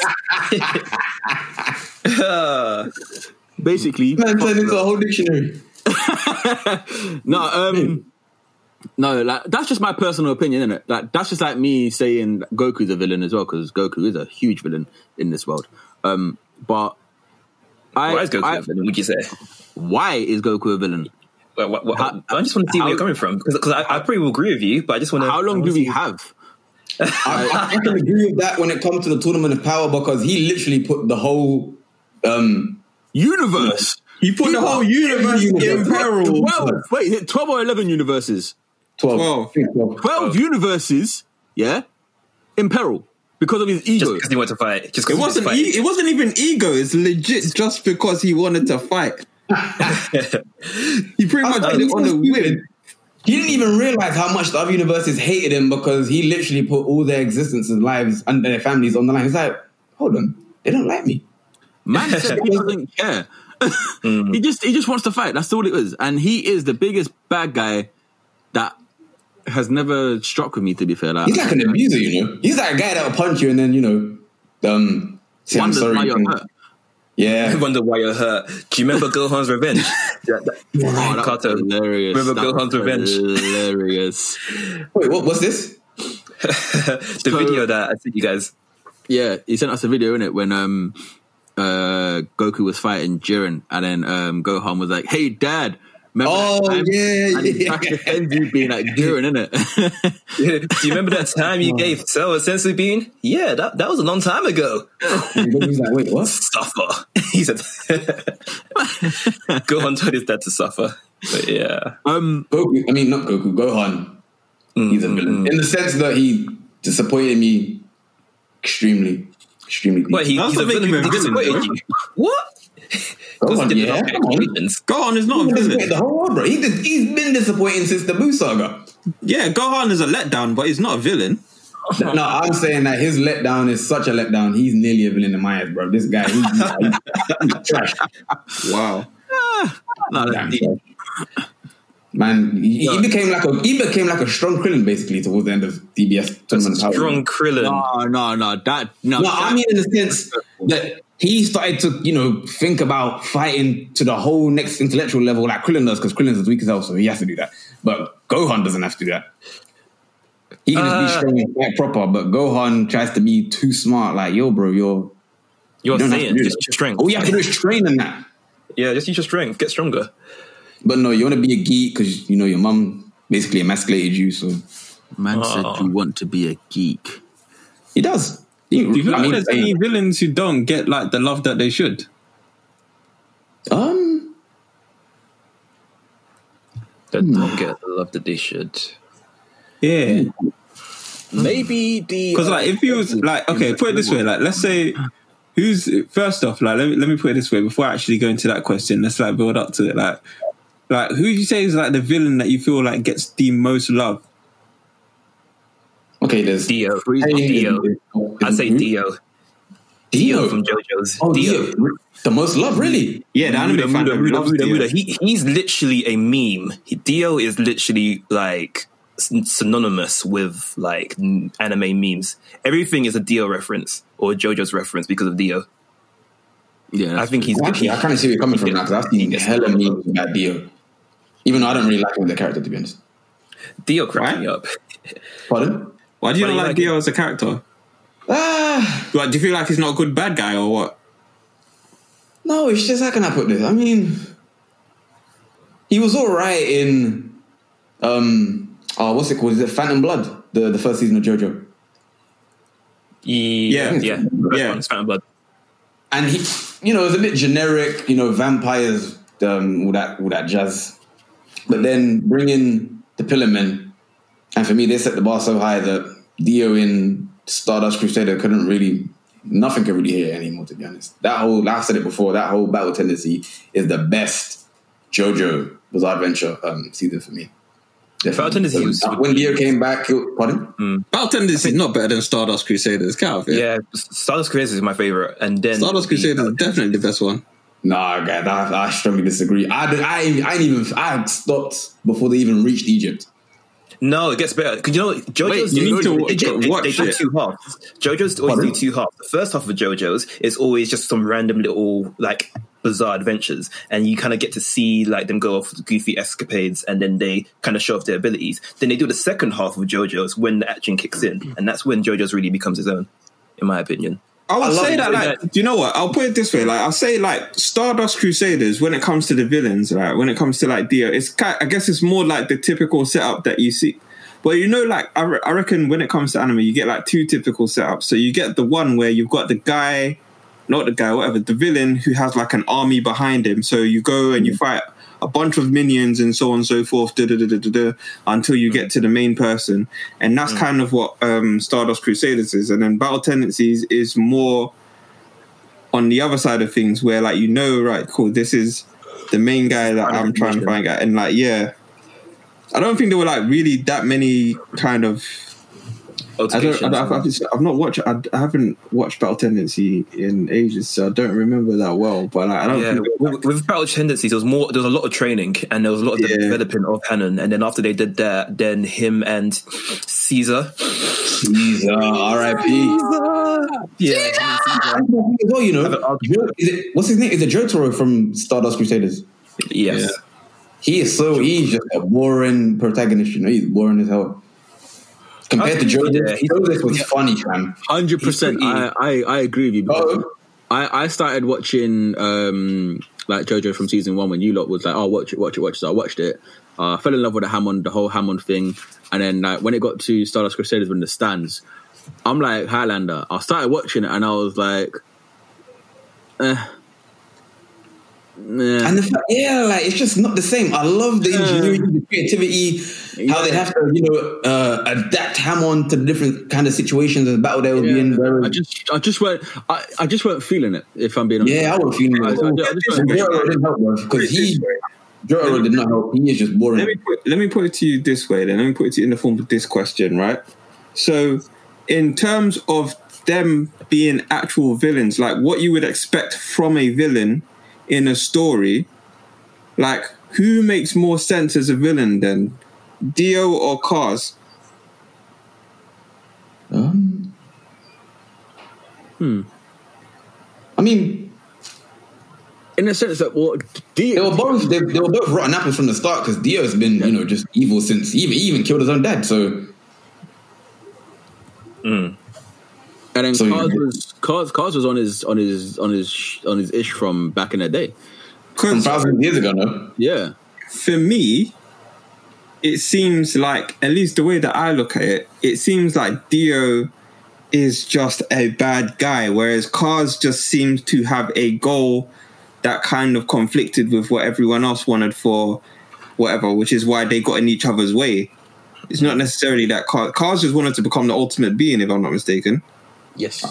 [laughs]
Basically,
Man turned into a whole dictionary.
no, um, no, like that's just my personal opinion, isn't it? Like that's just like me saying that Goku's a villain as well because Goku is a huge villain in this world. Um, but I,
Why is Goku
I-
a villain, would you say?
why is Goku a villain?
Well, what, what,
How-
I just want to see where
how-
you're coming from because I, I probably will agree with you, but I just want to.
How long do we have?
I, I can agree with that when it comes to the tournament of power because he literally put the whole um
Universe.
He put the whole universe in
Universe.
peril.
Twelve. Wait, is it twelve or eleven universes?
12,
Twelve.
I think 12.
Twelve universes. Yeah, in peril because of his
[laughs] Just
ego.
because he wants to fight. Just 'cause
It
he wants to
wasn't. E-
fight.
it wasn't even ego. It's legit just because he wanted to fight. he pretty much did it on the whim.
He didn't even realize how much the other universes hated him because he literally put all their existences, lives, and their families on the line. He's like, hold on, they don't like me.
Man said he doesn't care. [laughs] he just he just wants to fight. That's all it is. And he is the biggest bad guy that has never struck with me. To be fair, like,
He's like an abuser, you know. He's that guy that'll punch you and then you know, um, say I'm
wonders
sorry.
why you're hurt.
I
Yeah,
wonder why you're hurt. Do you
[laughs]
remember Gohan's revenge? [laughs] Yeah, that-
Oh, that was
Carter,
hilarious.
remember
That was
Gohan's revenge?
Hilarious.
Wait, what, what's this?
the
So-
video that I sent you guys.
Yeah, he sent us a video in it when um uh Goku was fighting Jiren, and then um Gohan was like, "Hey, Dad." Remember
Oh,
that time?"
yeah,
and he
yeah. [laughs]
back defends you being like Jiren, innit? [laughs]
[laughs] Do you remember that time you gave Cell a sensory bean? Yeah, that, that was a long time ago.
And He's like, wait, what?
Suffer. [laughs] He said, Gohan told his dad to suffer. But yeah.
um,
Goku, I mean, not Goku, Gohan.
Mm,
He's a villain in the sense that he disappointed me extremely, extremely. deep.
Wait, he,
That's
he's
not
a villain
making him a
who
villain,
disappointed
though.
you. What? Doesn't
Gohan,
get
yeah,
enough
come on.
congratulations.
Gohan is not a
He
villain.
disappointed the whole world, bro. He dis- he's been disappointing since the Boo saga.
Yeah, Gohan is a letdown, but he's not a villain.
Uh-huh.
No, I'm saying that his letdown is such a letdown. He's nearly a villain in my eyes, bro. This guy, he's, he's [laughs] trash.
Wow.
Ah,
no,
Damn, bro. Man, he, he became like a he became like a strong Krillin basically towards the end of DBS tournament. power.
Strong Krillin.
no, no, no, that no.
No,
that-
I mean in the sense that he started to, you know, think about fighting to the whole next intellectual level like Krillin does, because Krillin's as weak as hell, so he has to do that. But Gohan doesn't have to do that. He can just
Uh,
be strong and fight proper, but Gohan tries to be too smart. Like, yo, bro, you're
You're
you don't have to
saying
do
just
that.
your strength.
All you have to do is train in that.
Yeah, just use your strength. Get stronger.
But no, you want to be a geek because you know your mum basically emasculated you, so
Man
Oh.
Ah.
said you want to be a geek.
he does. He-
Do you
I
think
mean,
there's any villains who don't get like the love that they should?
um, Hmm.
That don't get the love that they should.
Yeah. uh,
Maybe the
Because like if he was like okay, put it this way, like let's say who's first off, like let me let me put it this way before I actually go into that question, let's like build up to it. Like like who would you say is like the villain that you feel like gets the most love?
okay, there's
Dio.
I mean,
Dio.
there's-
I'd say Dio. Dio from JoJo's.
Hmm? Oh,
Dio.
Dio. The most love, really?
Yeah, the anime fan
Muda,
that
Muda,
loves
Muda,
Dio.
Muda. He, he's literally a meme. He- Dio is literally like syn- synonymous with like n- anime memes. Everything is a Dio reference or JoJo's reference because of Dio.
yeah,
I think he's
Actually, I kind of see where you're coming from now because I've seen hella memes about Dio. Even though I don't really like him as a character, to be honest.
Dio cracking me
Why?
up.
Pardon?
Why do you
Why
not
do you
like,
like
Dio as a character?
Ah,
Like do you feel like he's not a good bad guy or what?
no, it's just how can I put this? I mean, he was all right in, um, oh, what's it called? Is it Phantom Blood? The the first season of JoJo.
Yeah,
Yeah.
yeah,
Yeah.
First one, Phantom Blood.
and he, you know, it was a bit generic, you know, vampires, um, all that, all that jazz. But then bring in the Pillarmen, and for me, they set the bar so high that Dio in Stardust Crusader couldn't really, nothing could really hit it anymore. To be honest, that whole, like I've said it before, that whole battle tendency is the best JoJo Bizarre Adventure um, season for me.
Foul tendency was
when Leo came back, it- pardon?
Bartender is not better than Stardust Crusaders. Get out of here.
yeah. Stardust Crusaders is my favorite, and then
Stardust Crusaders is definitely the best one.
Nah, guys, I, I strongly disagree. I, did, I, I didn't even I had stopped before they even reached Egypt.
No, it gets better. 'Cause you know, what? JoJo's
you need
they-
to wa-
they, they- they
watch
do
it.
two halves. JoJo's always
Pardon?
do two halves. The first half of JoJo's is always just some random little like bizarre adventures, and you kind of get to see like them go off goofy escapades, and then they kind of show off their abilities. Then they do the second half of JoJo's when the action kicks in, and that's when JoJo's really becomes his own, in my opinion.
I would
love
say
it.
that, like, do you know what? I'll put it this way. Like, I'll say, like, Stardust Crusaders, when it comes to the villains, right? When it comes to, like, Dio, it's kind I guess it's more like the typical setup that you see. But, you know, like, I, re- I reckon when it comes to anime, you get, like, two typical setups. So you get the one where you've got the guy, not the guy, whatever, the villain who has, like, an army behind him. So you go and you fight a bunch of minions and so on and so forth da, da, da, da, da, da, until you get to the main person and that's kind of what um, stardust crusaders is and then battle tendencies is more on the other side of things where like you know right cool this is the main guy that i'm trying to find out and like yeah i don't think there were like really that many kind of I don't, I don't, I've, I've, just- I've not watched. I, I haven't watched Battle Tendency in ages, so I don't remember that well. But like, I don't.
Yeah,
think there were,
with, with Battle Tendencies, there was more. There was a lot of training, and there was a lot of
Yeah.
developing of Hanon. And then after they did that, then him and Caesar.
Caesar, R.I.P.
Yeah,
Well, you know, Joe- is it, what's his name? Is it Joe Toro from Stardust Crusaders?
yes.
He is so he's just a boring protagonist. You know, he's boring as hell. Compared to
Okay,
Joseph,
yeah, he's-
Joseph was funny, man.
Hundred percent. I, I I agree with you. because
Oh.
I I started watching um like JoJo from season one when you lot was like, oh watch it, watch it, watch it. So I watched it. Uh, I fell in love with the Hammond, the whole Hammond thing, and then like when it got to Stardust Crusaders when the stands, I'm like Highlander. I started watching it and I was like, eh. Nah.
And the fact, yeah, like it's just not the same. I love the ingenuity, the creativity, how they have to, you know, uh, adapt Hammond to the different kind of situations and battle they will be in.
Yeah,
Whereas,
I just, I just weren't, I, I just weren't feeling it. If I'm being honest,
yeah, I was feeling
I, I,
like,
I just weren't feeling it.
Jotaro didn't help because he Jotaro did not help. He is just boring.
let me put, let me put it to you this way. Then let me put it to you in the form of this question, right? So, in terms of them being actual villains, like what you would expect from a villain in a story, like who makes more sense as a villain than Dio or Cars?
Um,
Hmm.
I mean,
in a sense that what
they
Dio,
were both they, they were both rotten apples from the start because Dio's been you know just evil since he even, he even killed his own dad. So
and then
So you-
Cars was Cars, Cars was on his on his on his sh- on his ish from back in the day.
from
Because
thousands of years ago, no.
Yeah,
for me, it seems like, at least the way that I look at it, it seems like Dio is just a bad guy, whereas Cars just seems to have a goal that kind of conflicted with what everyone else wanted for whatever, which is why they got in each other's way. It's not necessarily that Cars, Cars just wanted to become the ultimate being, if I'm not mistaken.
yes,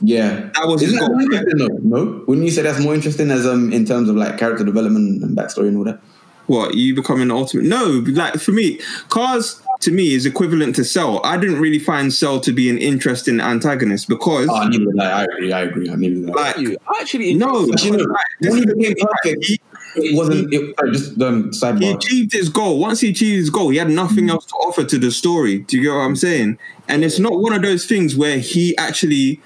Yeah,
That was his
isn't that
goal,
more
right?
interesting though? No, wouldn't you say that's more interesting as um in terms of like character development and backstory and all that?
What you becoming the ultimate? No, like for me, Cars to me is equivalent to Cell. I didn't really find Cell to be an interesting antagonist because,
Oh, I neither. Like, I agree. I agree. I neither. Like,
like,
you actually
no,
but you know,
like, this
when
is
he
the
became
thing, like,
perfect,
he-
it wasn't. It, sorry, just um,
he
sidebar.
achieved his goal. Once he achieved his goal, he had nothing else to offer to the story. Do you get what I'm saying? And it's not one of those things where he actually,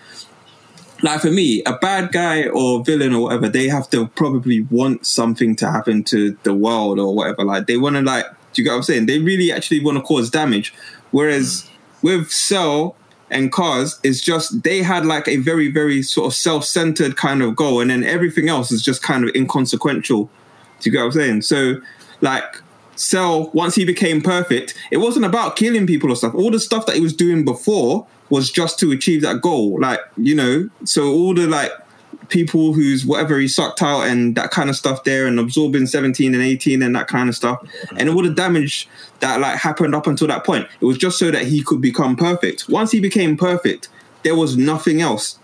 like for me, a bad guy or villain or whatever, they have to probably want something to happen to the world or whatever. Like they want to, like, do you get what I'm saying? They really actually want to cause damage. Whereas with Cell and Cars, it's just they had like a very, very sort of self centered kind of goal, and then everything else is just kind of inconsequential. Do you get what I'm saying? So, like, Cell, once he became perfect, it wasn't about killing people or stuff. All the stuff that he was doing before was just to achieve that goal. Like, you know, so all the like people who's whatever he sucked out and that kind of stuff there and absorbing 17 and 18 and that kind of stuff and all the damage that like happened up until that point it was just so that he could become perfect once he became perfect there was nothing else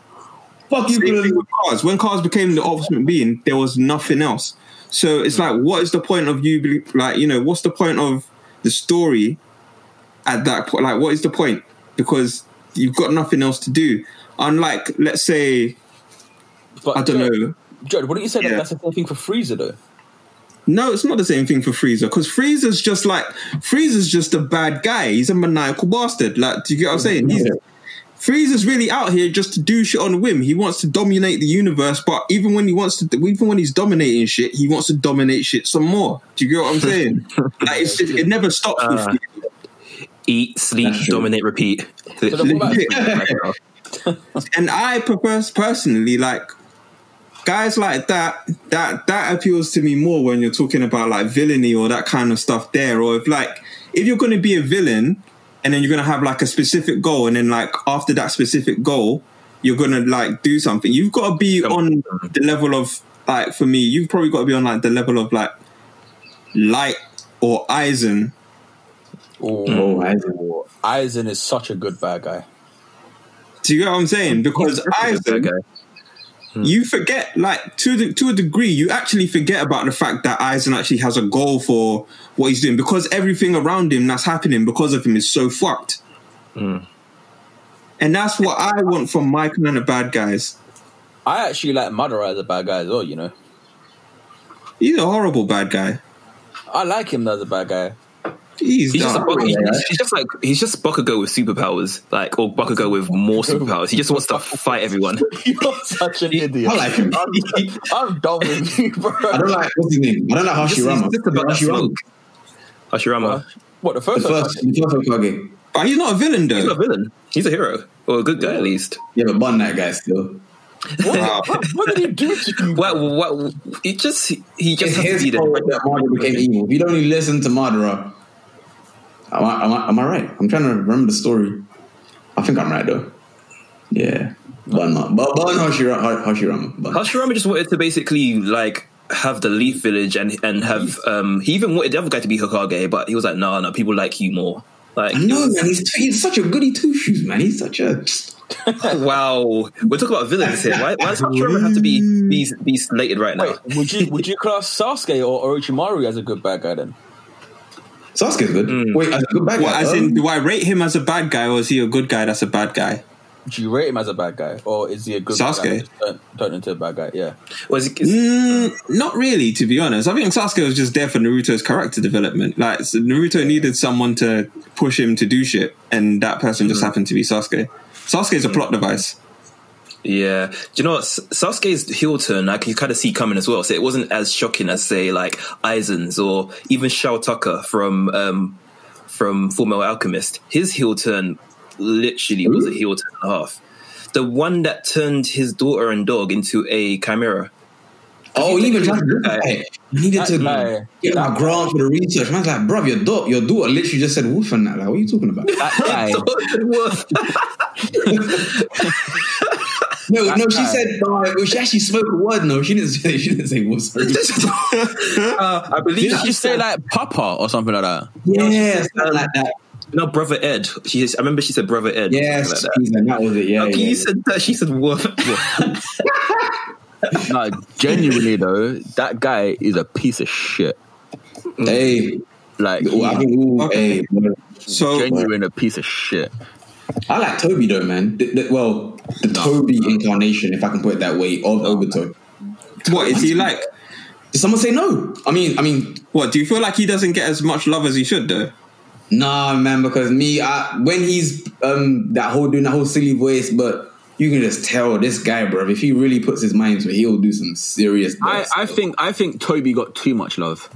Fuck you,
same
Glenn.
thing with cars. When cars became the ultimate being, there was nothing else. So it's like, what is the point of you? be- Like, you know, what's the point of the story at that point. Like, what is the point? Because you've got nothing else to do. Unlike, let's say,
But
I don't know.
Jared, wouldn't you say that
Yeah.
that's the same thing for Freezer though?
No, it's not the same thing for Freezer because Freezer's just like Freezer's just a bad guy. He's a maniacal bastard. Like, do you get what I'm saying? He's, Freezer's really out here just to do shit on a whim. He wants to dominate the universe, but even when he wants to, even when he's dominating shit, he wants to dominate shit some more. Do you get what I'm saying? like, it's just, it never stops. with Freezer.
Eat, sleep, dominate, repeat.
then
[laughs]
[laughs]
what
Literally.
and I prefer personally like guys like that. That that appeals to me more when you're talking about like villainy or that kind of stuff. There, or if like if you're going to be a villain and then you're going to have like a specific goal, and then like after that specific goal, you're going to like do something. You've got to be on the level of like for me, you've probably got to be on like the level of like light or Eisen.
Oh, I
Eisen is such a good bad guy.
Do you get what I'm saying? Because Eisen.
Okay. Hmm.
you forget like to the, to a degree you actually forget about the fact that Eisen actually has a goal for what he's doing because everything around him that's happening because of him is so fucked
Hmm.
and that's what I want from my kind of bad guys
I actually like Madara as a bad guy as well, you know.
he's a horrible bad guy
I like him as a bad guy.
he's,
He's just, a
not
Bak- he's, he's just like he's just Bakugo with superpowers, like or Bakugo with more superpowers. He just wants to fight everyone.
[laughs] You're such an idiot.
I like him. I
I'm done with
[laughs]
you, bro.
don't like what's his name. I don't like
He's just,
Hashirama.
he's just about that
Hashirama.
smoke. Hashirama.
What the first,
The
one?
first, the first Hokage.
but he's not a villain though
He's not a villain. He's a hero or a good guy at least.
Yeah, but bun that guy still.
Wow.
What did he do to you?
What? What? He just he just
It's
has to
his
be there.
fault that Madara became evil. If you don't even listen to Madara, am I, am, I, am I right? I'm trying to remember the story. I think I'm right though. Yeah, bun, Ma- but bun Hashirama. Hashirama. Bun.
Hashirama just wanted to basically like have the Leaf Village and and have um he even wanted the other guy to be Hokage, but he was like, no, no, people like you more. Like
I know, man. He's, he's such a goody two shoes, man. He's such a.
[laughs] wow, we're talking about villains here. Why, why does Hashirama have to be be be slated right now?
Wait, would you would you class Sasuke or Orochimaru as a good bad guy then?
Sasuke's good. Wait, as a good back
what, as
Um,
in do I rate him as a bad guy or is he a good guy that's a bad guy
Do you rate him as a bad guy, or is he a good Guy
Sasuke?
that just turned, turned into a bad guy? Yeah,
Was it,
Mm, not really, to be honest. I think Sasuke was just there for Naruto's character development. Like so Naruto needed someone to push him to do shit, and that person just happened to be Sasuke. Sasuke's a plot device.
yeah, do you know what? S- Sasuke's heel turn I can kind of see coming as well, so it wasn't as shocking as say like Aizen's or even Shao Tucker from um from Full Metal Alchemist. His heel turn literally was a heel turn and a half. The one that turned his daughter and dog into a chimera.
Oh, he even tried to do
Uh,
that. Hey, you needed to
like-
get my grant for the research. Man's like, bruv, your, daughter, your daughter literally just said wolf and that. Like, what are you talking about?
that
[laughs]
guy.
uh,
No, no, she
guy.
said, no, well, she actually spoke a word. No, she didn't say, [laughs] she didn't say wolf. Sorry.
I believe
Did you say like Papa or something like that?
yeah, something like that.
no brother Ed. She I remember she said brother Ed. or
Yes,
something
she's like, that was it. Yeah,
Like that. Okay,
yeah,
you said that. She said what? [laughs]
No, genuinely though, that guy is a piece of shit.
yeah. Hey,
Like,
ooh, I think, ooh, hey, bro.
So
genuine a piece of shit.
I like Toby though, man. The- the- well, the Toby incarnation, if I can put it that way, of Obito.
what is he like?
Did someone say no? I mean, I mean,
What do you feel like he doesn't get as much love as he should though?
Nah, man, because me, I, when he's um that whole doing that whole silly voice, but you can just tell this guy, bro. If he really puts his mind to it, he'll do some serious.
I,
stuff.
I think I think Toby got too much love.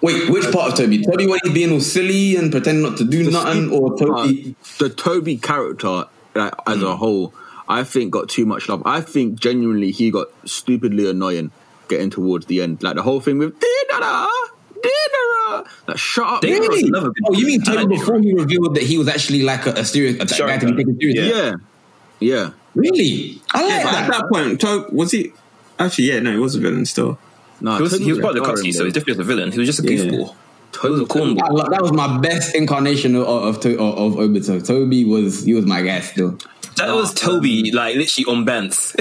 Wait, which part of Toby? Toby when he's being all silly and pretending not to do nothing, or Toby? Mm.
the Toby character like, as a whole, I think got too much love. I think genuinely he got stupidly annoying getting towards the end. Like the whole thing with Dinara, Dinara. Like shut up.
Dinara
man.
was another good-
Oh, you mean
I
Toby
like
before he revealed that he was actually like a, a serious a guy to be taken seriously?
Yeah. Yeah.
Really? I like
But
that.
at that point, to- was he actually? Yeah, no, he was a villain still.
No,
He was,
Toby
he was part of the
adoring,
costume, so
though.
he's definitely was a villain. He was just a goofball. He was a
I
cornball.
lo- that was my best incarnation of of, of, To- of Obito. Toby was he was my guy still.
That was Oh, Toby, like literally on [laughs] bants.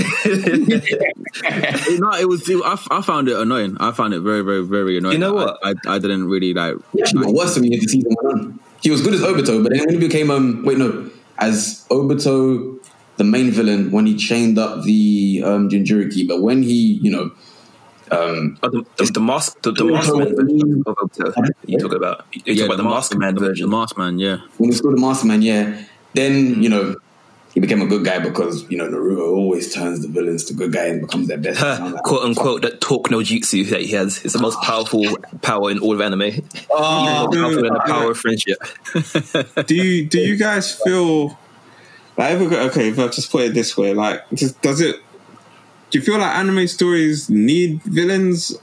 It- no, it was. It, I, f- I found it annoying. I found it very, very, very annoying.
You know
I-
what?
I, I, didn't really like.
He actually got worse than me as the season went on. He was good as Obito, but then when he became um wait no, as Obito the main villain when he chained up the um Jinjuriki, but when he you know um
Oh, the, the, the mask, the, the
Yeah.
mask man version of Obito. You talk about you talk about the, mask man
The
version.
mask man, yeah.
when he scored the Master Man, yeah, then you know. He became a good guy because you know Naruto always turns the villains to good guy and becomes their best. And I'm
Huh,
like,
Uh, quote unquote that talk no jutsu that he has is the most powerful power in all of anime.
Oh,
More powerful than the power of friendship.
do you do you guys feel like if we go, okay? If I just put it this way, like just, does it? Do you feel like anime stories need villains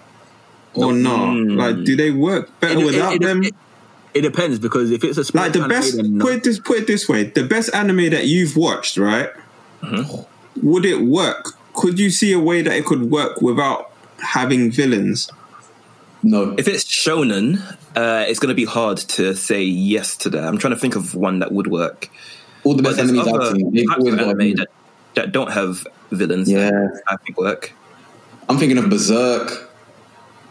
or not? Like, do they work better without
Mm. it,
them?
It, it depends because if it's a
like
sports
the
anime,
best.
then no.
Put it this put it this way: the best anime that you've watched, right?
Mm-hmm.
Would it work? Could you see a way that it could work without having villains?
no,
If it's shonen, uh, it's going to be hard to say yes to that. I'm trying to think of one that would work.
all the
But
best
there's
enemies
other
I've seen, they've
types
always
of
got a
anime
villain.
that, that don't have villains
um, Yeah.
that I think work.
I'm thinking of Berserk.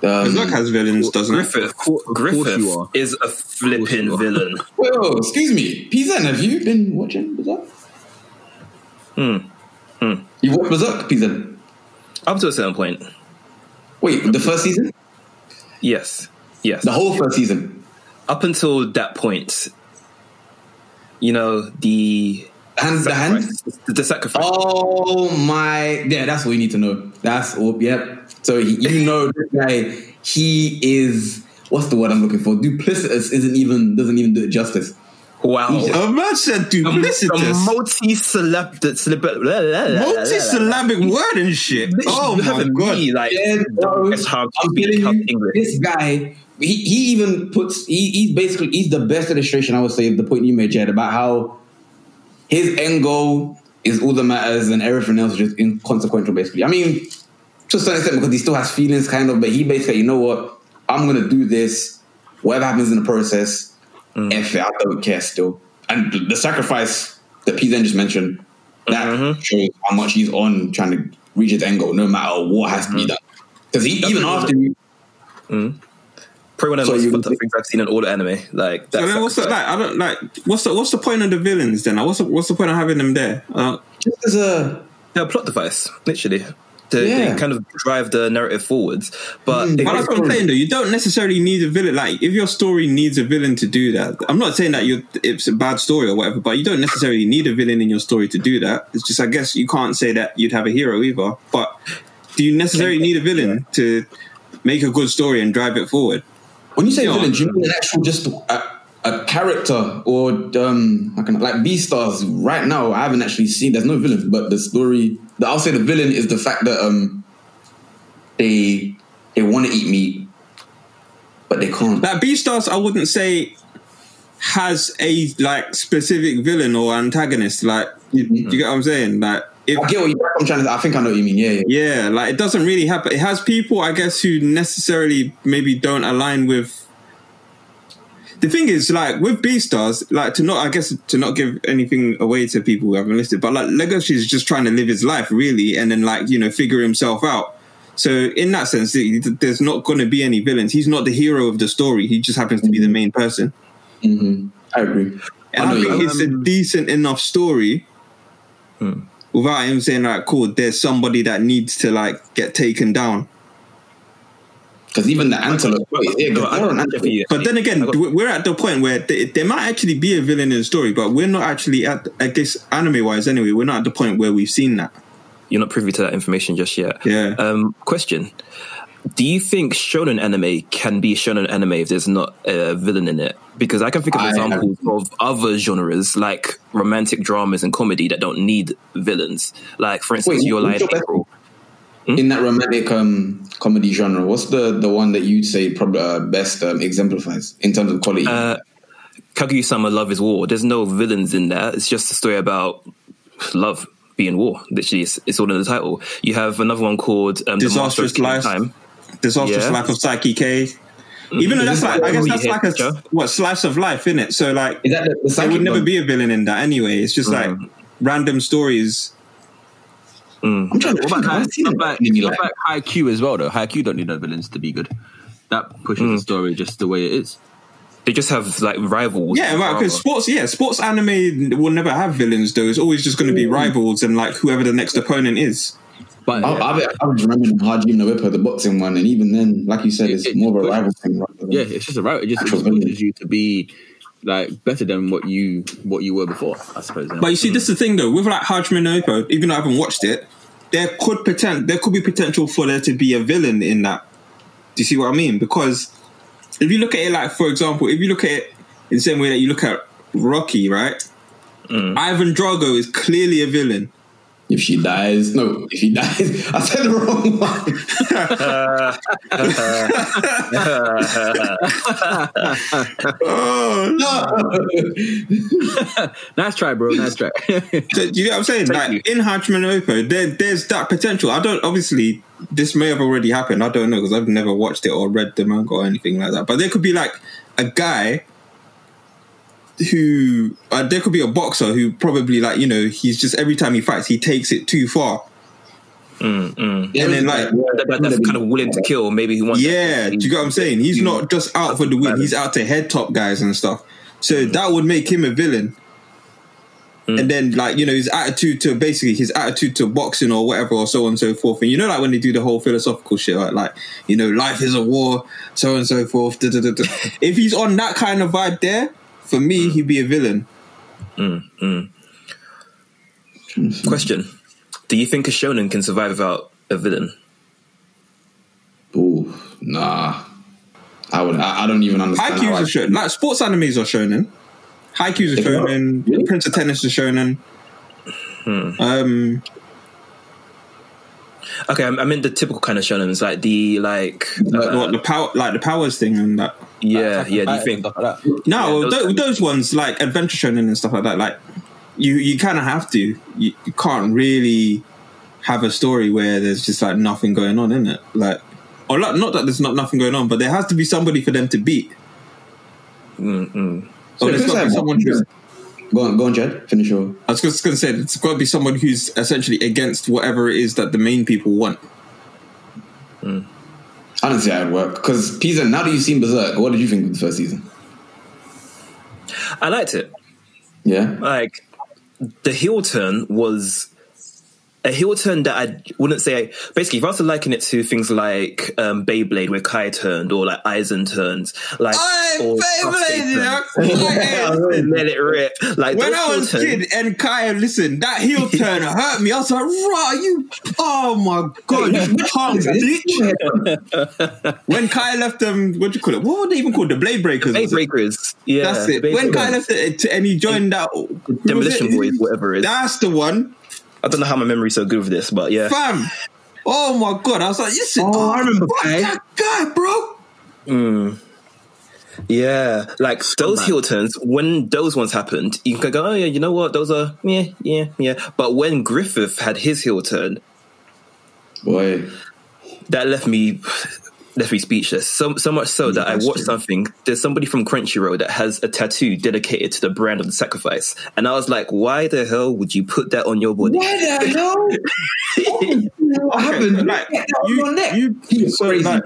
Um,
Berserk has
Mm.
villains, doesn't it?
Griffith,
of course you
Griffith
are.
is a flipping villain.
Whoa, excuse me, Pizan, have you been watching Berserk?
Hmm.
You watched Berserk, Pizan?
Up to a certain point,
Wait, the first season?
yes, yes.
The whole first season?
Up until that point, you know the
And the hand?
sacrifice, the, the sacrifice.
Oh my! Yeah, that's all you need to know. That's all. Yep. So he, you know this guy. He is what's the word I'm looking for? Duplicitous isn't even doesn't even do it justice.
wow.
A man said duplicitous.
multi celeb
Multi-syllabic word and shit. Oh my god!
like
Yeah, bro.
it's hard to
I'm
speak
telling
tough
you,
English.
This guy, he, he even puts he, he's basically he's the best illustration I would say of the point you made, Jed, about how his end goal is all that matters and everything else is just inconsequential basically. I mean, to a certain extent because he still has feelings kind of, but he basically, you know what, I'm gonna do this, whatever happens in the process,
Mm.
F it, I don't care still. And the, the sacrifice that P then just mentioned, that
Mm-hmm.
shows how much he's on trying to reach his end goal, no matter what has
Mm-hmm.
to be done. Because even after you,
Probably one of the
So
most
you-
fucked up things I've seen in all anime. Like that
So then what's the, like?
sacrifice.
I don't like. What's the what's the point of the villains then? Like, what's the, what's the point of having them there? Uh,
just as a
They're a plot device, literally. They,
Yeah.
they kind of drive the narrative forwards, but
but
it gets
that's what I'm saying though. You don't necessarily need a villain. Like if your story needs a villain to do that, I'm not saying that you're, it's a bad story or whatever. But you don't necessarily need a villain in your story to do that. It's just I guess you can't say that you'd have a hero either. But do you necessarily need a villain to make a good story and drive it forward?
when you say
Yeah.
villain, do you mean an actual just a, a character or um like an, like Beastars? Right now, I haven't actually seen. There's no villain, but the story. The, I'll say the villain is the fact that um they they want to eat meat, but they can't.
Like Beastars, I wouldn't say has a like specific villain or antagonist. Like you, you get what I'm saying? Like if
I get what you, I'm trying to. I think I know what you mean. Yeah, yeah.
Yeah, like it doesn't really happen. It has people, I guess, who necessarily maybe don't align with. The thing is, like with Beastars, like to not, I guess, to not give anything away to people who haven't listened, but like Legoshi is just trying to live his life really, and then like you know figure himself out. So in that sense, th- th- there's not going to be any villains. He's not the hero of the story. He just happens to be the main person.
I agree.
Mm-hmm. And I,
know you-
think it's a decent enough story without him saying like, "Cool, there's somebody that needs to like get taken down."
Because even the antelope, wait, yeah,
No,
'cause
I
they're an
got
antelope.
for you.
But then again,
I got-
we- we're at the point where th- there might actually be a villain in the story, but we're not actually at, I guess, anime wise anyway, we're not at the point where we've seen that.
you're not privy to that information just yet.
Yeah.
Um, question: Do you think shonen anime can be shonen anime if there's not a villain in it? Because I can think of
I-
examples of other genres like romantic dramas and comedy that don't need villains. Like, for instance,
Wait,
Your Lie
what's
in
your best-
April.
in that romantic um, comedy genre, what's the, the one that you'd say probably uh, best um, exemplifies in terms of quality?
Uh, Kaguya-sama: Love Is War. There's no villains in that. It's just a story about love being war. Literally, it's, it's all in the title. You have another one called um, The Master of
Disastrous Life.
Time.
Disastrous
Yeah.
Life of Psyche K. Even though that's
Is this
like,
like
I guess
Emily
that's like a,
Hitcher?
what, slice of life, isn't it? So, like,
Is that the, the
there
psychic
would never
one?
be a villain in that anyway. It's just like, random stories.
Mm.
I'm trying to think.
What about,
I
high,
haven't seen
what
it.
about,
Made me
what
laugh.
about high Q as well, though? High Q don't need no villains to be good. That pushes the story just the way it is.
They just have like rivals.
Yeah, right. Because sports, yeah, sports anime will never have villains. Though it's always just going to be rivals and like whoever the next opponent is.
But
I,
yeah,
I, I was remembering Hajime no Whipper, the boxing one, and even then, like you said, it's
It- it
more of a
pushes-
rival thing. rather than-
yeah, it's just a right. It just, it
Actual
just
villain.
pushes you to be like better than what you what you were before. I suppose.
But you see, this is the thing though. With like Hajime no Ippo, even though I haven't watched it, there could pretend there could be potential for there to be a villain in that. Do you see what I mean? Because if you look at it, like for example, if you look at it in the same way that you look at Rocky, right? Ivan Drago is clearly a villain.
If she dies, no, if he [laughs] dies, I said the wrong one. [laughs]
nice try, bro. Nice try.
Do do you know what I'm saying? like in Hajime no Ippo, there, there's that potential. I don't obviously this may have already happened. I don't know because I've never watched it or read the manga or anything like that. But there could be like a guy who uh, there could be a boxer who probably like you know he's just every time he fights he takes it too far. And then like
That, that- that's kind of willing to kill. Maybe he wants.
yeah, do you get what I'm saying? He's not just out for the win. He's out to head top guys and stuff. So that would make him a villain. And then, like you know, his attitude to basically his attitude to boxing or whatever, or so on and so forth. And you know, like when they do the whole philosophical shit, like, like you know, life is a war, so on and so forth. da, da, da, da. if he's on that kind of vibe, there for me, he'd be a villain.
Question: Do you think a shonen can survive without a villain?
[laughs] Ooh, nah. I would. I, I don't even understand. how
Haikyuu's
I-
are shonen. Like sports animes are shonen. Haikyuu's are
They are?
shonen.
Really?
Prince of Tennis is shonen. Um,
Okay, I'm, I'm in the typical kind of shonen. It's like the like.
like,
uh,
what, the power, like the powers thing, and that.
yeah, yeah. Do you think?
No,
Yeah, those
those,
kind
those,
of-
ones like adventure shonen and stuff like that. Like you, you kind of have to. You, you can't really have a story where there's just like nothing going on in it. Like, or like, not that there's not nothing going on, but there has to be somebody for them to beat.
So
Or there's got to
just like-
be someone who's.
Go on, go on, Jed. Finish your.
I was just gonna say it's got to be someone who's essentially against whatever it is that the main people want.
I don't see how it would work. Because Pisa, now that you've seen Berserk, what did you think of the first season?
I liked it.
Yeah,
like the heel turn was a heel turn that I wouldn't say. Basically, if I was to liken it to things like um, Beyblade, where Kai turned, or like Eisen turned, like or Sasuke turned. [laughs] let it rip. Like
When
those
I
heel
was a
turns-
kid and Kaya, listen, that
[laughs]
heel turn hurt me. I was like, raw, you, oh my god,
[laughs]
you punk bitch. when Kaya left them, what do you call it? What were they even called? The Blade Breakers.
Blade
was it?
breakers, yeah.
That's it.
Blade
When Kaya
breakers.
left it to- and he joined that. who was
Demolition
it?
Boys, whatever it is.
That's the one.
I don't know how my memory's so good with this, but yeah.
Fam. Oh my god. I was like, listen,
Oh, I remember
fuck
Kaya.
that guy, bro.
Yeah, like those
bad.
heel turns. When those ones happened, you can go, oh yeah, you know what? Those are yeah, yeah, yeah. But when Griffith had his heel turn,
[laughs]
boy.
that left me left me speechless. So so much so that I
that's
watched
true.
something. There's somebody from Crunchyroll that has a tattoo dedicated to the brand of the sacrifice, and I was like, why the hell would you put that on your body?
the hell? What happened?
Like, you, you, so, like,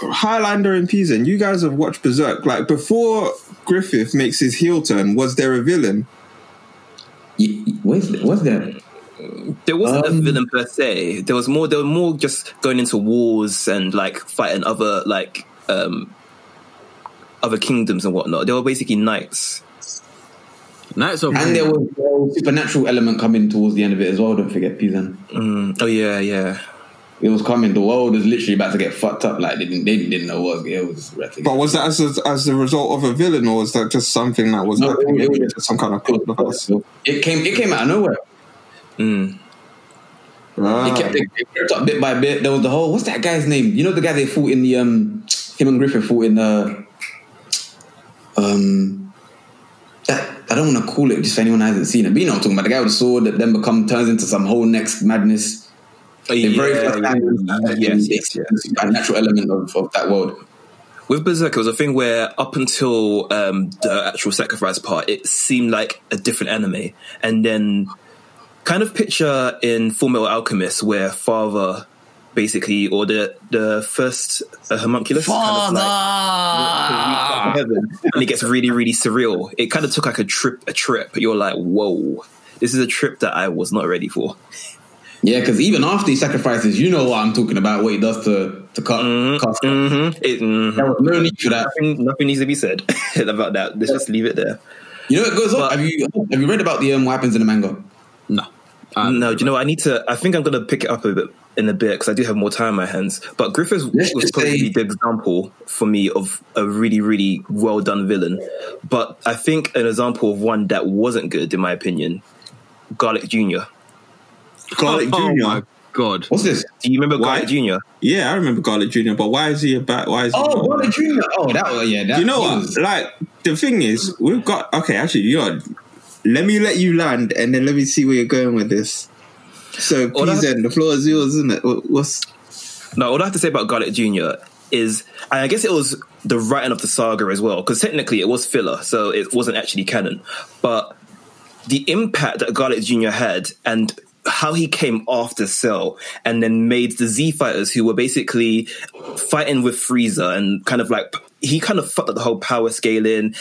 Highlander and Pisan, you guys have watched Berserk. Like before Griffith makes his heel turn, was there a villain?
What's what's that?
[laughs] There wasn't a
Um,
villain per se. There was more. There were more just going into wars and like fighting other like um other kingdoms and whatnot. They were basically knights.
Knights of
And there was a supernatural element coming towards the end of it as well. Don't forget, Pisa.
Oh yeah, yeah.
It was coming. The world is literally about to get fucked up. Like they didn't, they didn't know what was. It was about to get-
But was that as a, as a result of a villain, or was that just something that was
No, it
happening?
was- it
Maybe
was-
just some kind of plot device?
It came. It came out of nowhere.
Mm.
It
Ah.
kept it kept up bit by bit. There was the whole. What's that guy's name? You know the guy they fought in the um. Him and Griffith fought in uh. Um. That I don't want to call it. Just for anyone who hasn't seen it, but you know what I'm talking about. The guy with the sword that then become turns into some whole next madness.
Oh,
The very
yeah,
first time,
yeah,
and
yes, yes,
it's
yes.
a natural element of, of that world.
With Berserk, it was a thing where up until um, the actual sacrifice part, it seemed like a different anime, and then kind of picture in Full Metal Alchemist where father basically or the the first uh, homunculus kind of like
Ah,
[laughs] heaven, and it gets really really surreal. It kind of took like a trip a trip. You're like, whoa, this is a trip that I was not ready for.
Yeah, because even after he sacrifices, you know what I'm talking about. What he does to to cut. cut.
hmm It, mhm.
There was no need for Mm-hmm. that.
nothing, nothing needs to be said [laughs] about that. Let's just leave it there.
You know it goes on. Have you have you read about the um, what happens in the manga?
No. Um,
no, do you know what? I need to. I think I'm going to pick it up a bit in a bit because I do have more time on my hands. But Griffiths
Let's
was
just
probably
say-
the example for me of a really, really well done villain. But I think an example of one that wasn't good, in my opinion, Garlic Junior.
Garlic
oh
Junior.
my god.
What's this?
Do you remember
Why?
Garlic Junior?
Yeah, I remember Garlic Junior, but why is he about? Why is he?
Oh,
not-
Brother Junior. Oh, that was yeah. That
you know
he
what?
was-
Like the thing is, we've got okay. Actually, you know, let me let you land, and then let me see where you're going with this. So,
All
please,
that-
then the floor is yours, isn't it? What- What's
Now, all I have to say about Garlic Junior is, and I guess it was the writing of the saga as well, because technically it was filler, so it wasn't actually canon. But the impact that Garlic Junior had, and how he came after Cell, and then made the Z fighters who were basically fighting with Frieza, and kind of like he kind of fucked up the whole power scaling,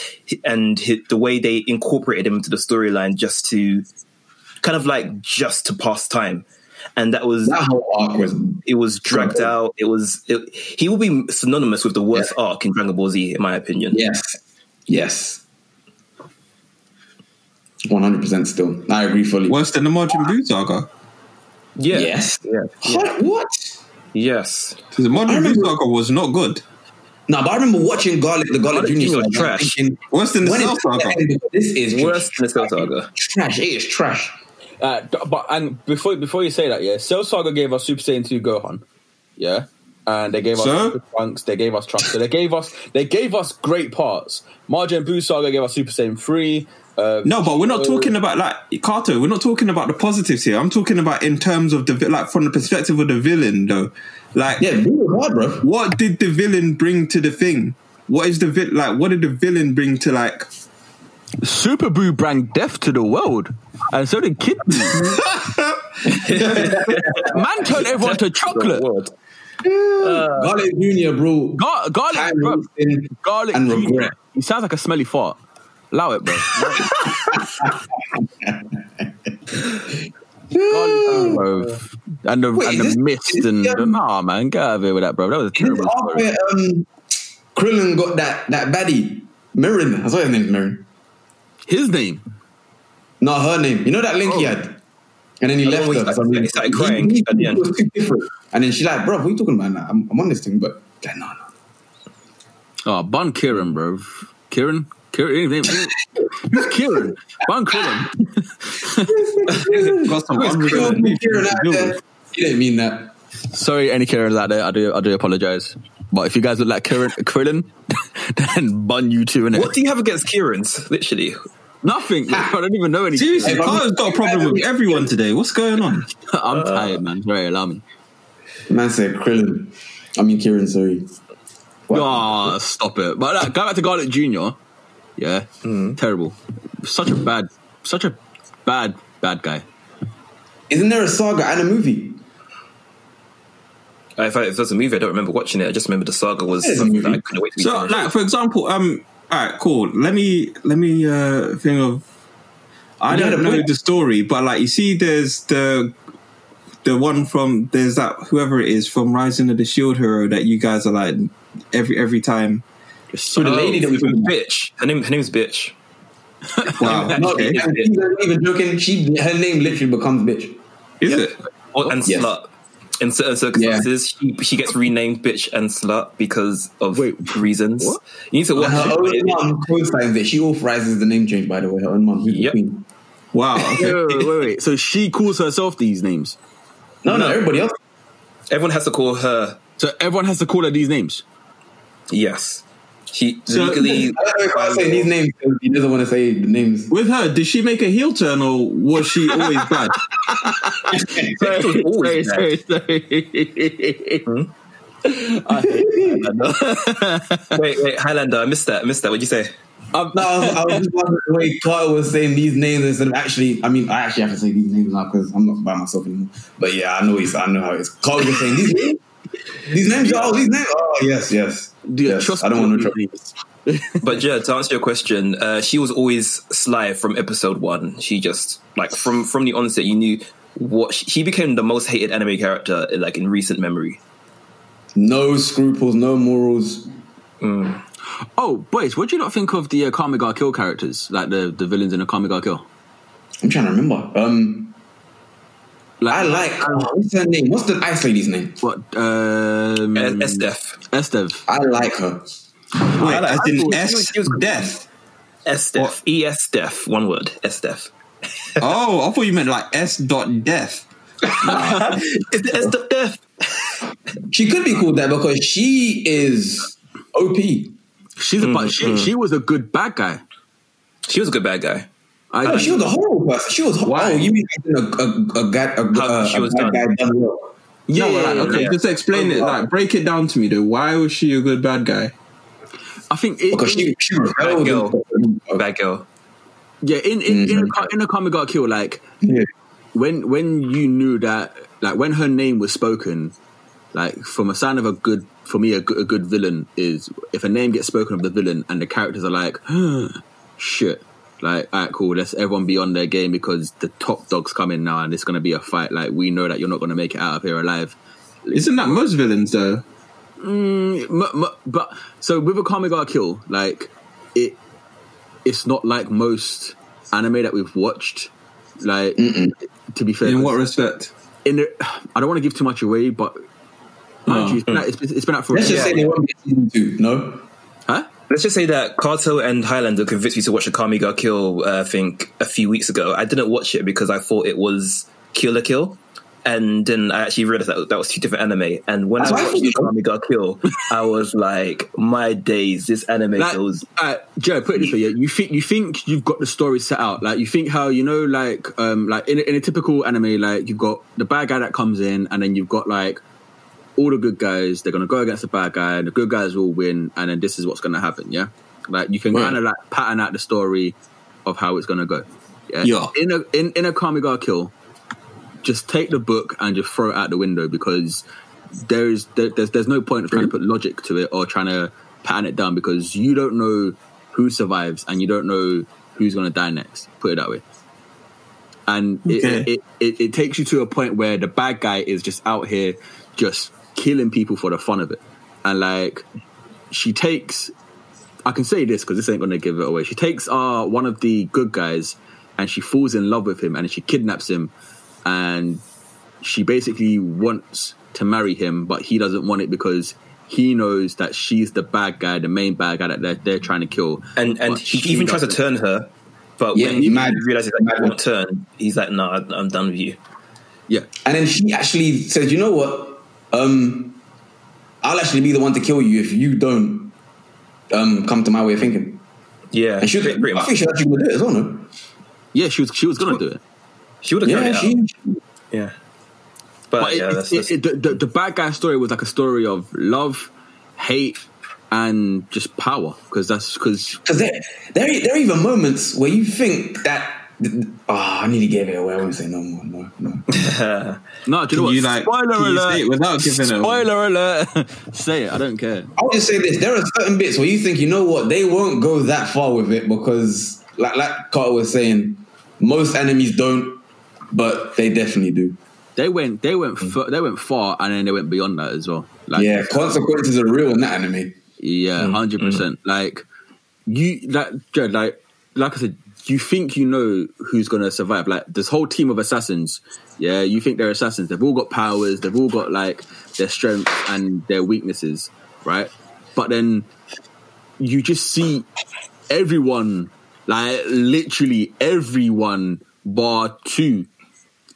and hi- the way they incorporated him into the storyline just to kind of like just to pass time. And that was
that whole arc was.
it was dragged out. It was it, he will be synonymous with the worst arc in Dragon Ball Z, in my opinion.
Yes. Yes. One hundred percent. Still, I agree fully.
worse than the Majin Buu saga?
Yeah.
Yes.
Yeah.
What? what?
Yes.
'Cause the Majin Buu saga was not good.
No, but I remember watching Garlic, the Garlic,
Garlic
Junior,
Junior was
saga,
trash.
thinking,
Worse than the
when is
Cell saga.
this, this is
Worse than the Cell
trash.
Saga.
Trash. It is trash.
Uh, d- but and before before you say that, yeah, Cell Saga gave us Super Saiyan two Gohan, yeah, and they gave us
So?
Super Trunks, they gave us Trunks, so they gave us they gave us great parts. Majin Buu Saga gave us Super Saiyan three. Uh,
No, but we're not
So-
talking about like Kato. We're not talking about the positives here. I'm talking about in terms of the vi- like from the perspective of the villain, though. Like,
Yeah, really hard, bro.
what did the villain bring to the thing? What is the vi- like? What did the villain bring to like?
Super Buu brought death to the world, and so did Kid Buu. Man turned everyone to chocolate.
World.
Garlic Junior, bro.
Gar- garlic,
Time
bro.
wasting.
Garlic
And
Junior.
regret.
He sounds like a smelly fart. Allow it, bro. Garlic, bro. And the,
Wait,
and
is
the
this-
mist
is
and
this, um,
nah, man, get out of here with that, bro. That was a
This
terrible.
arc
story.
where um, Krillin got that that baddie, Mirren. I saw his name's Mirren.
His name.
Not her name. You know that link he
Oh.
had? And then he
The
left
one where
her.
he
for some
started-
reason.
he started crying
He-
at the
he
end.
was too different. And then she's like, bro, what are you talking about now? I'm, I'm on this thing, but like, no, no.
Oh, Bon Kieran, bro. Kieran? Kieran? His name- Who's Kieran? Bon Kieran.
Got some
Kill
unresolved
me,
beef.
Kieran, out there. He didn't mean that.
Sorry, any Kieran's out there. I do, I do apologize. But if you guys look like Kieran, Krillin, [laughs] then bun you two in it.
What do you have against Kieran's? Literally,
Nothing. bro. I don't even know any.
Seriously,
Hey, bro.
Kato's got a problem with everyone today. What's going on?
I'm tired, man. It's very alarming.
Man said Krillin. I mean, Kieran, sorry.
Ah, stop it. But uh, going back to Garlic Junior, yeah,
Hmm.
terrible. Such a bad, such a bad, bad guy.
Isn't there a saga and a
[laughs]
movie?
if, I, if there's a movie, I don't remember watching it. I just remember the saga was
There's a
something that I
movie.
couldn't wait to be
So,
finished.
like for example, um, all right, cool. Let me let me uh think of. I
You had
don't
a
know
point.
the story, but like you see, there's the the one from there's that whoever it is from Rising of the Shield Hero that you guys are like every every
[laughs]
time.
So the lady that we
Oh, bitch. Her name. Her name's bitch.
Wow,
No,
okay.
and she's not even joking. She, her name literally becomes bitch.
is it?
Or, and
Yes.
slut. In certain circumstances, she, she gets renamed bitch and slut because of
Wait,
reasons.
what?
You need to watch
And her
it, but
own
it-
mom co-signs it. She authorizes the name change, by the way. Her own mom.
Yep.
Queen.
Wow. Okay.
Wait, wait, wait, wait. So she calls herself these names.
No, no, everybody else.
everyone has to call her
So everyone has to call her these names.
Yes. She
So-
legally.
[laughs] I don't know if I'm saying these names because he doesn't want to say the names.
With her, did she make a heel turn or was she always bad?
Sorry,
was
sorry,
always
sorry, sorry.
[laughs]
Wait, wait, Highlander, I missed that. I missed that. What'd you say?
I've,
No, I was, I was just wondering the way Carter was saying these names instead of actually. I mean, I actually have to say these names now because I'm not by myself anymore. But yeah, I know it's. I know how it's. Carter was saying these names. These names, oh, these names. Oh, yes, yes.
Dude,
yes.
trust
I don't
me,
want no trouble.
really.
But yeah, to answer your question, uh, she was always sly from episode one. She just like from from the onset, you knew what she, she became the most hated anime character like in recent memory.
No scruples, no morals.
Oh, boys, what do you not think of the uh, Kamiga Kill characters, like the, the villains in the Kamiga Kill?
I'm trying to remember. Um,
Like,
I like. oh, what's her name? What's the ice lady's name?
what um,
Mm. Estef,
Estev.
I like her.
Wait,
[laughs] I like-
as in
I thought-
S
she was-
death.
Estef, E S Def, one word,
[laughs]
Estef.
Oh, I thought you meant like S dot death.
Is it Estef Def?
She could be called that because she is OP.
She's a,
Mm,
but she, she was a good bad guy.
She was a good bad guy.
I,
No, Oh, she was a horrible person. She was.
Why?
Oh, you mean as in a a a guy a,
How
a,
she
a
was done.
bad guy done well?
Yeah, no, like,
yeah,
okay,
yeah.
just explain it. Like, break it down to me, though. Why was she a good bad guy?
I think
[laughs]
it,
Because she, she rebelled.
girl.
and-
Bad girl.
yeah, in in, in, a, Ka- in a Kamiga Kill, like
Yeah.
when when you knew that, like when her name was spoken, like from a sign of a good, for me, a good, a good villain is if a name gets spoken of the villain and the characters are like, [gasps] shit. Like, all right, cool. Let's everyone be on their game because the top dog's coming now, and it's gonna be a fight. Like, we know that you're not gonna make it out of here alive.
Isn't that most villains though?
M- m- but so with a Kamiga Kill, like it, it's not like most anime that we've watched. Like to be fair,
In what respect?
in the, I don't want to give too much away, but
Oh,
mind you,
mm.
it's, been out, it's, been- it's been out for.
Let's just say they won't be season two. No,
huh?
Let's just say that Kato and Highlander convinced me to watch a Kamiga Kill, uh, I think, a few weeks ago. I didn't watch it because I thought it was Kill la Kill. And then I actually realized that that was two different anime. And when
That's
I
what I
watched
thought,
Kamiga
[laughs]
Kill, I was like, my days, this anime
Like,
goes.
uh, Joe, put it this way: yeah, you think you think you've got the story set out, like you think how you know, like um, like in a, in a typical anime, like you've got the bad guy that comes in, and then you've got like all the good guys. They're gonna go against the bad guy, and the good guys will win, and then this is what's gonna happen. Yeah, like you can
Right.
kind of like pattern out the story of how it's gonna go. Yeah,
Yeah.
in a in in a Kamiga kill, just take the book and just throw it out the window because there is there, there's there's no point of trying to put logic to it or trying to pattern it down because you don't know who survives and you don't know who's going to die next. Put it that way. And it,
Okay.
it, it, it takes you to a point where the bad guy is just out here just killing people for the fun of it. And like she takes I can say this because this ain't going to give it away. She takes uh, one of the good guys and she falls in love with him and she kidnaps him and she basically wants to marry him, but he doesn't want it because he knows that she's the bad guy, the main bad guy that they're, they're trying to kill.
And and
But
he
she
even tries to turn
doesn't.
her. But
Yeah,
when he
mad-
realizes that
mad-
he won't turn, he's like, no, I- I'm done with you.
Yeah.
and then she actually says, "You know what? Um, I'll actually be the one to kill you if you don't um come to my way of thinking."
Yeah.
And she, was-
pretty, pretty
I think
much.
she actually would do it as well. No?
Yeah, she was she was going to do it.
She would have
Yeah,
carried
she.
it out. Yeah. But,
But it-
yeah,
it-
that's,
it-
that's,
it- the, the, the bad guy story was like a story of love, hate, and just power because that's because
Because there, there, there are even moments where you think that. Oh, I need to give it away. I won't say no more. No, no.
no, do you know
Can
what?
you like
Spoiler
can you
alert!
say it without giving it? away?
Spoiler
[laughs]
alert! Say it. I don't care.
I'll just say this: there are certain bits where you think, you know what, they won't go that far with it because, like, like Carter was saying, most enemies don't, but they definitely do.
They went. They went. F- they went far, and then they went beyond that as well. Like,
yeah, consequences are real in that anime.
yeah, hundred percent. Like you, like Jared, like like I said, you think you know who's gonna survive. Like this whole team of assassins. Yeah, you think they're assassins. They've all got powers. They've all got like their strengths and their weaknesses, right? But then you just see everyone, like literally everyone, bar two,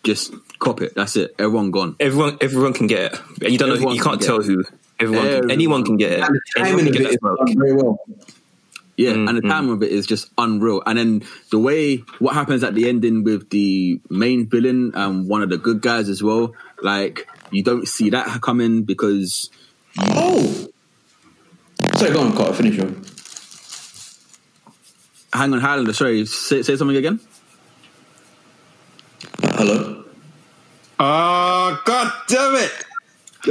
just cop it. That's it. Everyone gone.
everyone everyone can get it. And you don't know
Everyone
who, you can't
can
tell
get it.
who. Everyone, can,
Everyone.
anyone can get it.
And the
Anyone
timing
can
of
get
it
that
is
smoke.
done very well.
Yeah, and the time of it is just unreal. And then the way what happens at the ending with the main villain and one of the good guys as well, like you don't see that coming because
Oh, sorry, go on, Carter, finish your.
Hang on, Highlander. Sorry, say, say something again.
Hello.
Oh, god damn it!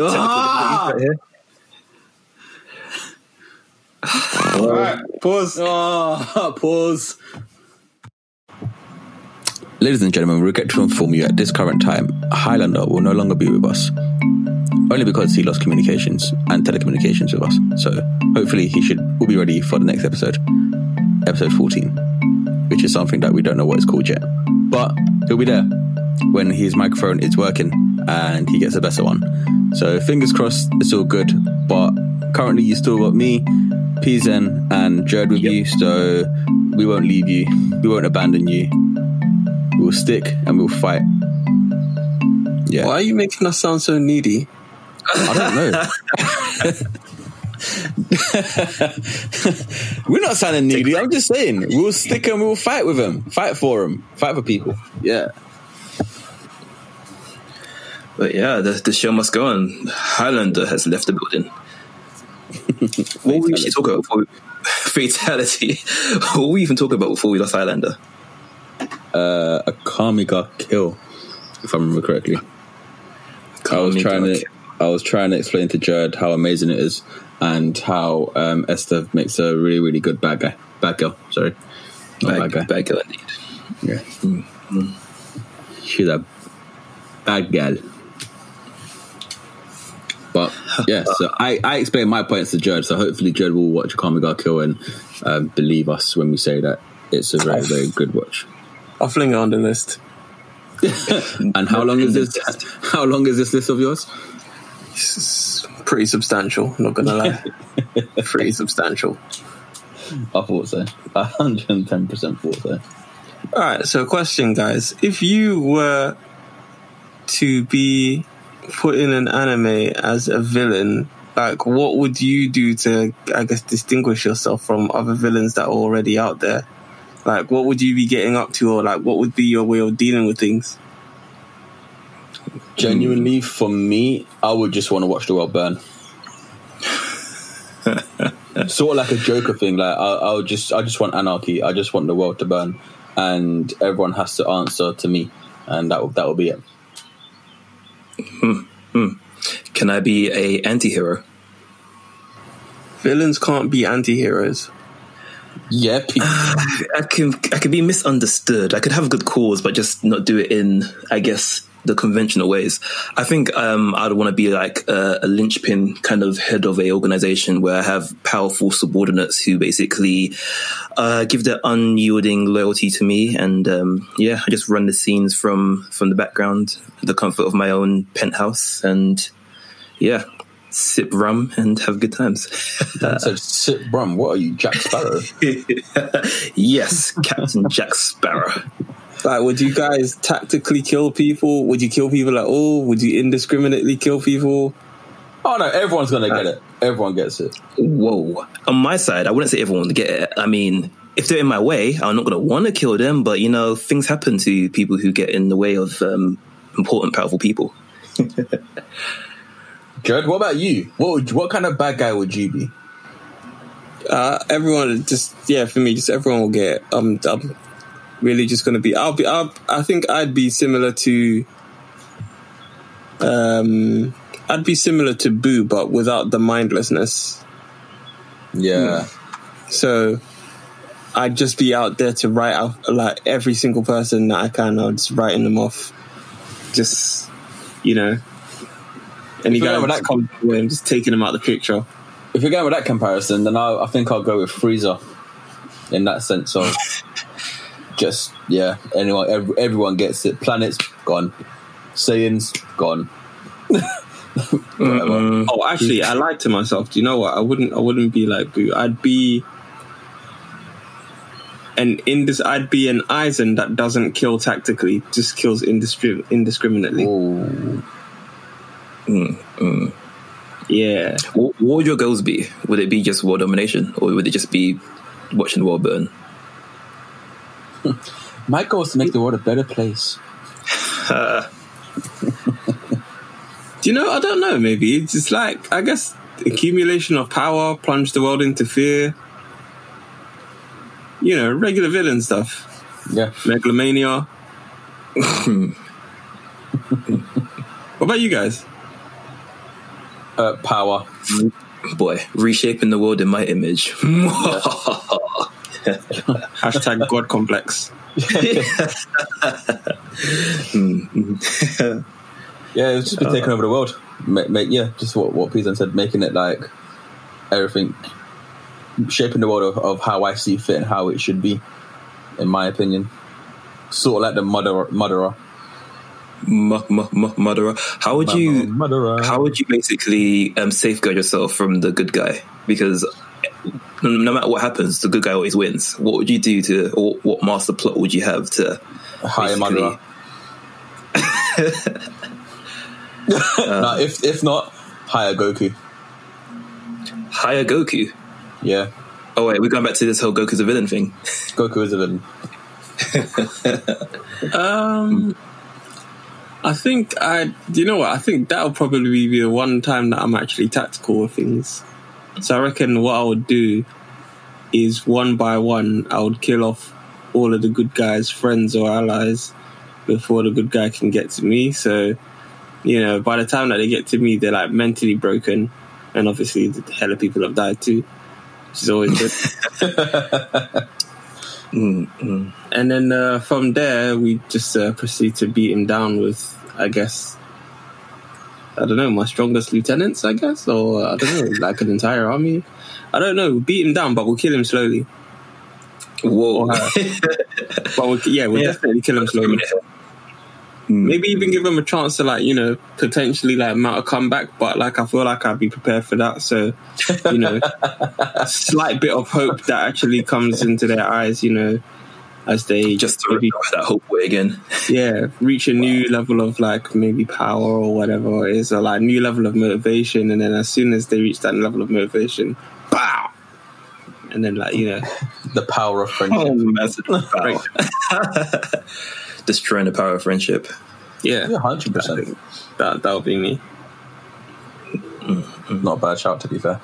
Ah!
Yeah.
All right, pause.
Oh, [laughs] pause. Ladies and gentlemen, we regret to inform you at this current time, Highlander will no longer be with us. Only because he lost communications and telecommunications with us. So hopefully he should will be ready for the next episode. Episode 14. Which is something that we don't know what it's called yet. But he'll be there when his microphone is working and he gets a better one. So fingers crossed it's all good. But currently you still got me, Pizen and Jared with you, so we won't leave you. We won't abandon you. We'll stick and we'll fight. Yeah.
Why are you making us sound so needy?
I don't
[laughs]
know. We're not sounding needy. I'm just saying we'll stick and we'll fight with them. Fight for them. Fight for people. Yeah.
But yeah, the, the show must go on. Highlander has left the building. what were we actually talking about before? We, [laughs] fatality. [laughs] what were we even talking about before we lost Highlander?
Uh, a Kamiga kill, if I remember correctly. I was trying to. I was trying to explain to Jared how amazing it is and how um, Esther makes a really, really good bad guy, bad girl. Sorry, not
Bad, bad
bad, guy.
Mm, girl, indeed.
Yeah,
mm.
she's a bad girl.
[laughs]
But yeah, so I, I explained my points to Jared. So hopefully Jared will watch Kamiga Kill and um, believe us when we say that it's a very, very good watch.
I'll fling it on the list.
And how long is this? [laughs] How long is this list of yours?
It's pretty substantial, not gonna [laughs] lie. pretty substantial.
I thought so. [laughs] hundred and ten percent thought so.
All right, so question, guys. If you were to be put in an anime as a villain, like what would you do to, I guess, distinguish yourself from other villains that are already out there? Like, what would you be getting up to, or like, what would be your way of dealing with things?
Genuinely, for me, I would just want to watch the world burn. [laughs] sort of like a Joker thing. Like I, I would just, I just want anarchy. I just want the world to burn, and everyone has to answer to me, and that will that will be it.
Can I be a anti-hero?
Villains can't be anti-heroes.
Yeah, Pete.
I can I could be misunderstood. I could have a good cause, but just not do it in, I guess, the conventional ways. I think um, I'd want to be like a, a linchpin kind of head of a organization where I have powerful subordinates who basically uh, give their unyielding loyalty to me, and um, yeah, I just run the scenes from from the background, the comfort of my own penthouse, and yeah, sip rum and have good times. [laughs]
[sighs]
Uh,
so sit, Brum. What are you, Jack [laughs] Sparrow?
yes, Captain Jack Sparrow.
Like, would you guys tactically kill people? Would you kill people at all? Would you indiscriminately kill people?
oh no, everyone's gonna get it. Everyone gets it.
whoa. On my side, I wouldn't say everyone would get it. I mean, if they're in my way, I'm not going to want to kill them, but you know, things happen to people who get in the way of um, important, powerful people.
Jared, what about you? What would, what kind of bad guy would you be?
Uh, everyone just yeah, for me, just everyone will get. It. I'm, I'm really just gonna be. I'll be. I'll, I think I'd be similar to. Um, I'd be similar to Boo, but without the mindlessness.
Yeah.
So, I'd just be out there to write out like every single person that I can. I'll just writing them off. Just you know, any
If you
guy
remember
that
that-
comes away, I'm just taking them out of the picture.
if you're going with that comparison, then I, I think I'll go with Freezer in that sense [laughs] of just yeah. Anyone, ev- everyone gets it. Planets gone, Saiyans gone. Whatever.
Oh, actually, I lied to myself. Do you know what? I wouldn't. I wouldn't be like Boo. I'd be an indis. I'd be an Eisen that doesn't kill tactically, just kills indiscri- indiscriminately.
Oh. Ooh.
Yeah.
What, what would your goals be? Would it be just world domination, or would it just be watching the world burn?
My goal is to make the world a better place.
Do you know? I don't know. Maybe it's just like I guess accumulation of power plunged the world into fear. you know, regular villain stuff.
Yeah.
Megalomania. what about you guys?
Uh, power.
Boy, reshaping the world in my image.
Hashtag God complex.
Yeah, it's just been taking over the world. Make, make, Uh, yeah, just what what Pizan said, making it like everything, shaping the world of, of how I see fit and how it should be, in my opinion. Sort of like the murderer. murderer.
Mu- mu- mu- Murderer. How would you?
Murderer.
How would you basically um, safeguard yourself from the good guy? Because no, no matter what happens, the good guy always wins. What would you do to, or what master plot would you have to?
Higher
basically-
murderer. [laughs] Nah, if if not, higher Goku.
Hire Goku.
Yeah,
Oh wait, we're going back to this whole Goku's a villain thing.
Goku is a villain.
Um, I think I. You know what? I think that'll probably be the one time that I'm actually tactical with things. So I reckon what I would do is one by one, I would kill off all of the good guys' friends or allies before the good guy can get to me. So, you know, by the time that they get to me, they're like mentally broken, and obviously the hell of people have died too, which is always good. [laughs] and then uh, from there we just uh, proceed to beat him down with i guess i don't know my strongest lieutenants i guess or i don't know [laughs] like an entire army i don't know we'll beat him down but we'll kill him slowly
Whoa.
but we'll, yeah we'll definitely kill him slowly maybe even give him a chance to like you know potentially like mount a comeback but like i feel like i'd be prepared for that so you [laughs] know a slight bit of hope that actually comes into their eyes you know as they
[laughs] Just to
maybe
rip off that whole boy again.
yeah, reach a new level of like maybe power or whatever it is, or like new level of motivation. And then as soon as they reach that level of motivation, bow, and then like you [laughs] know, oh,
The power of friendship.
[laughs] Oh. Wow. Destroying the power of friendship.
yeah,
Hundred percent.
that that would be me.
Not a bad shout, to be fair.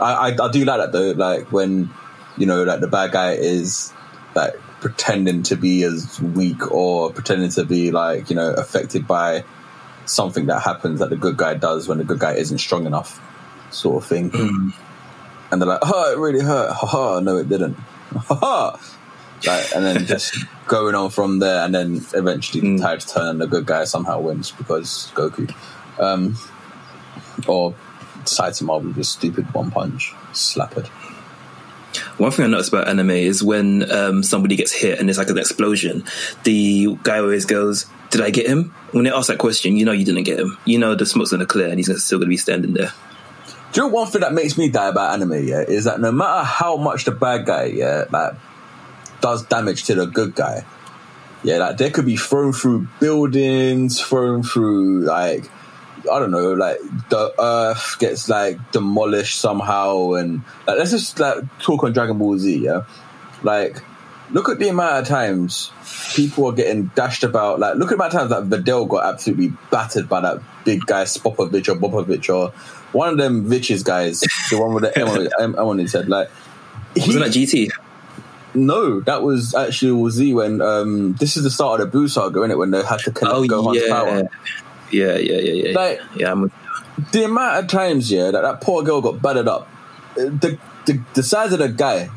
I, I I do like that though. Like when you know, like the bad guy is like pretending to be as weak or pretending to be like you know affected by something that happens that the good guy does when the good guy isn't strong enough, sort of thing. And they're like, "Oh, it really hurt." Ha ha. No, it didn't. [laughs] Ha ha. Like, and then just going on from there, and then eventually the tides turn, and the good guy somehow wins because Goku. Um, or Saitama with a stupid one punch slappered.
One thing I noticed about anime is when um, somebody gets hit and it's like an explosion, the guy always goes, "Did I get him?" When they ask that question, you know you didn't get him. You know the smoke's gonna clear and he's still gonna be standing there.
Do you know one thing that makes me die about anime? Yeah, is that no matter how much the bad guy yeah like does damage to the good guy, yeah, like they could be thrown through buildings, thrown through like I don't know, like the earth gets like demolished somehow, and like let's just like talk on Dragon Ball Z, yeah, like. Look at the amount of times people are getting dashed about. Like, look at the amount of times that Videl got absolutely battered by that big guy Spopovich or Bopovich or one of them Viches guys, the one with the M on- M on his head. Like, he-
Wasn't that GT?
no, that was actually War Z when um, this is the start of the Buu saga, is it? When they had to connect Gohan's power.
yeah, yeah, yeah, yeah, yeah.
Like-
yeah, I'm,
The amount of times, yeah, that that poor girl got battered up. uh, The the, the size of the guy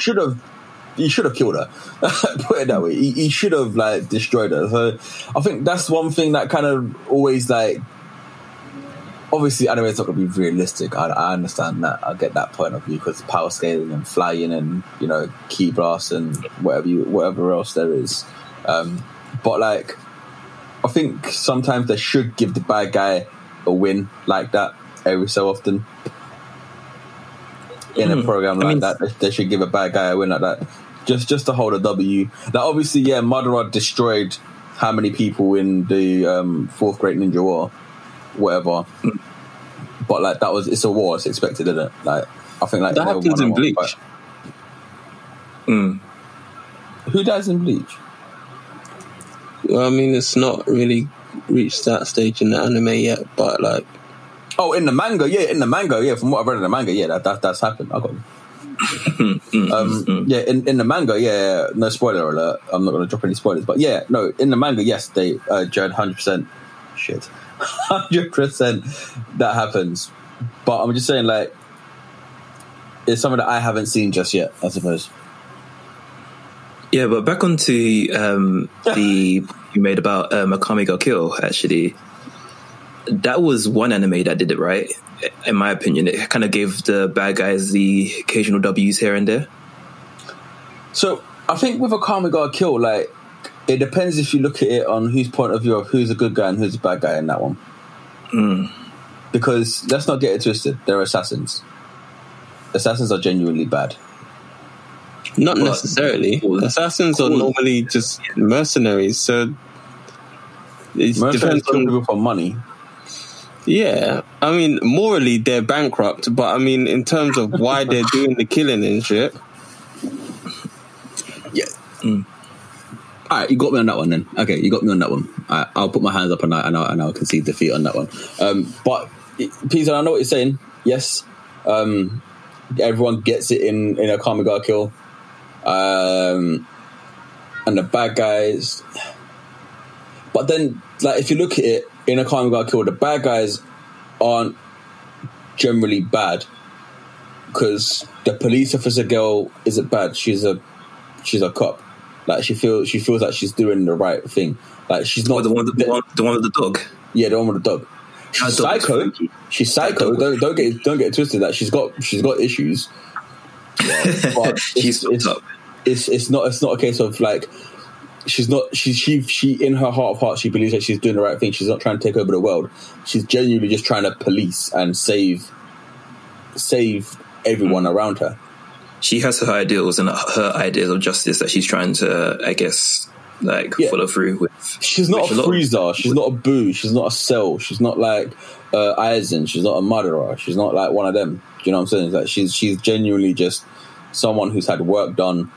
should have he should have killed her. [laughs] Put it that way, he, he should have like destroyed her. So I think that's one thing that kind of always like. Obviously, anime is not going to be realistic. I, I understand that. I get that point of view because power scaling and flying and you know key blasts and whatever you whatever else there is. Um, but like, I think sometimes they should give the bad guy a win like that every so often. In
Hmm.
a program like
mean-
that, they- they should give a bad guy a win like that, just just to hold a W. Now, obviously, yeah, Madara destroyed how many people in the um, fourth Great Ninja War, whatever. But like that was, it's a war. It's expected, isn't it? Like I think like
That
level
happens
one
in
or one,
Bleach. Hmm.
but- Who dies in Bleach?
Well, I mean, it's not really reached that stage in the anime yet, but like
Oh, in the manga, yeah, in the manga, yeah. From what I've read in the manga, yeah, that, that that's happened. I got Um, yeah, in, in the manga, yeah, no spoiler alert. I'm not going to drop any spoilers, but yeah, no, in the manga, yes, they uh, Jared 100% shit, [laughs] 100% that happens. But I'm just saying, like, it's something that I haven't seen just yet. I suppose.
Yeah, but back onto
[laughs]
um, the you made about um, Akame Ga Kill. Actually, that was one anime that did it right, in my opinion. It kind of gave the bad guys the occasional W's here and there.
So I think with a karma got a kill, like it depends if you look at it on whose point of view of who's a good guy and who's a bad guy in that one. Hmm. Because let's not get it twisted, they're assassins. Assassins are genuinely bad.
Not necessarily. Assassins are normally just mercenaries, so it
Mercenaries
depends
kill
on.
people for money.
Yeah, I mean, morally they're bankrupt, but I mean, in terms of why [laughs] they're doing the killing and shit,
All right, Hmm. you got me on that one then. Okay, you got me on that one. All right, I'll put my hands up on that and I'll, and I'll concede defeat on that one. Um, but, Peter, I know what you're saying. Yes, um, everyone gets it in, in a Kamigawa kill. Um, and the bad guys. But then, like, if you look at it in a Kamigawa kill, the bad guys aren't generally bad because the police officer girl isn't bad. She's a she's a cop. Like she feels she feels like she's doing the right thing. Like she's not
Or the one, the, one, the one with the dog.
yeah, the one with the dog. She's
That dog was
psycho.
freaky.
She's psycho.
dog was
Don't, don't get don't get it twisted. That she's got she's
[laughs]
got issues. Yeah, but
She's
it's, it's,
fucked up.
it's it's not it's not a case of like she's not she she she in her heart of hearts she believes that she's doing the right thing. She's not trying to take over the world. She's genuinely just trying to police and save save everyone
Hmm.
around her.
She has her ideals and her ideas of justice that she's trying to, I guess, like
Yeah.
follow through with.
She's not
Which
a
lot of-
freezer. She's not a boo. She's not a cell. She's not like uh, Eisen. She's not a murderer. She's not like one of them. Do you know what I'm saying? It's like she's she's genuinely just someone who's had work done,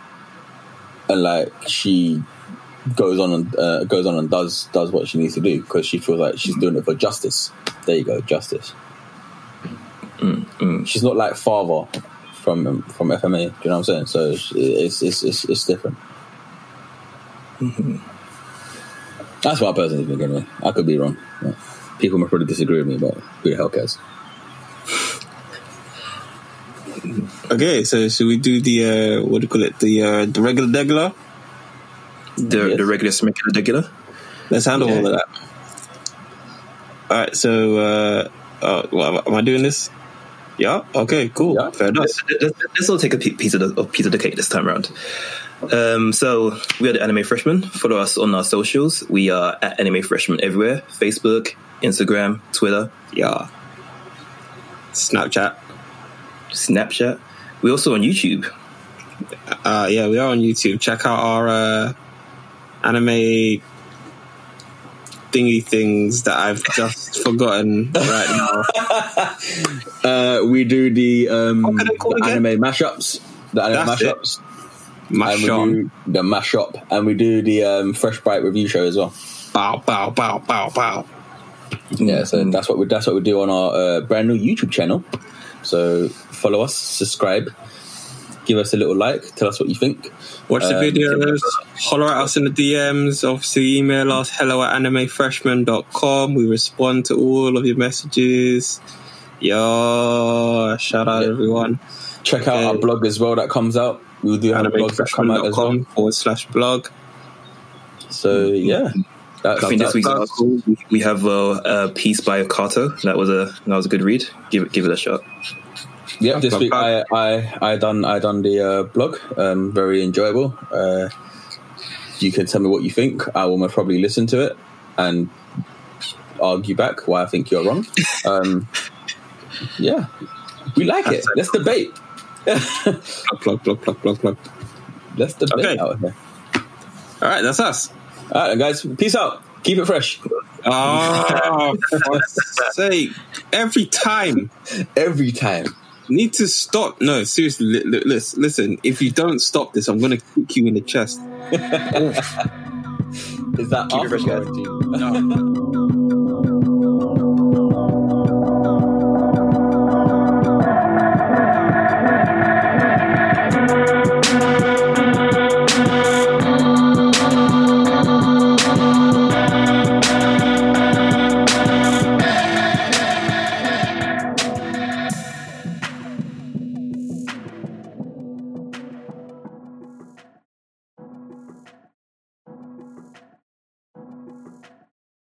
and like she goes on and uh, goes on and does does what she needs to do because she feels like she's doing it for justice. There you go, justice.
Mm,
She's not like father from from FMA. Do you know what I'm saying? So it's it's it's, it's different. That's what I personally think, anyway. I could be wrong. Yeah. People might probably disagree with me, but who the hell cares?
okay. So should we do the uh, what do you call it? The uh, the regular degular?
The,
Yes.
the regular smack and the regular.
Let's handle all of that. All right. So, uh, uh, what, am I doing this? Yeah. Okay. Cool.
Yeah.
Fair enough.
Let's, let's, let's all take a pe- piece of the, of piece of the cake this time round. Um, so we are the Anime Freshmen. Follow us on our socials. We are at Anime Freshmen everywhere: Facebook, Instagram, Twitter,
Yeah. Snapchat.
Snapchat. We're also on YouTube.
Uh, yeah, we are on YouTube. Check out our uh, anime thingy things that I've just [laughs] forgotten
[laughs]
right now.
Uh, we do the, um,
What are they called
the
again?
anime mashups, the anime
That's it.
mashups,
My
and we
shot.
do the mashup, and we do the um, fresh bite review show as well.
Bow, bow, bow, bow, bow. Mm-hmm.
Yeah, so that's what we that's what we do on our uh, brand new YouTube channel. So follow us, subscribe, give us a little like, tell us what you think.
Watch the
Um,
videos, holler at us in the DMs, obviously email us hello at animefreshman.com. We respond to all of your messages. Yo, shout out
Yeah.
everyone.
Check out our
Okay.
blog as well that comes out. We do have a blog that come out as well.
animefreshman.com forward slash blog.
So yeah, that's,
I think this week's
that's-
article we have a, a piece by Kato. That was a that was a good read. Give it give it a shot.
Yeah, this
Not
week I,
bad.
I I done I done the uh, blog. Um, very enjoyable. Uh, you can tell me what you think. I will most probably listen to it and argue back why I think you're wrong. Um, yeah, we like it. Let's debate.
Plug, plug, plug, plug, plug.
Let's debate
Okay.
out here.
All right, that's us.
All right, then, guys. Peace out. Keep it fresh
Oh, for fuck's sake. Every time.
every time.
Need to stop. No, seriously, li- li- listen, listen. If you don't stop this, I'm going to kick you in the chest.
Is that
Keep it
after
fresh, guys.
quarantine?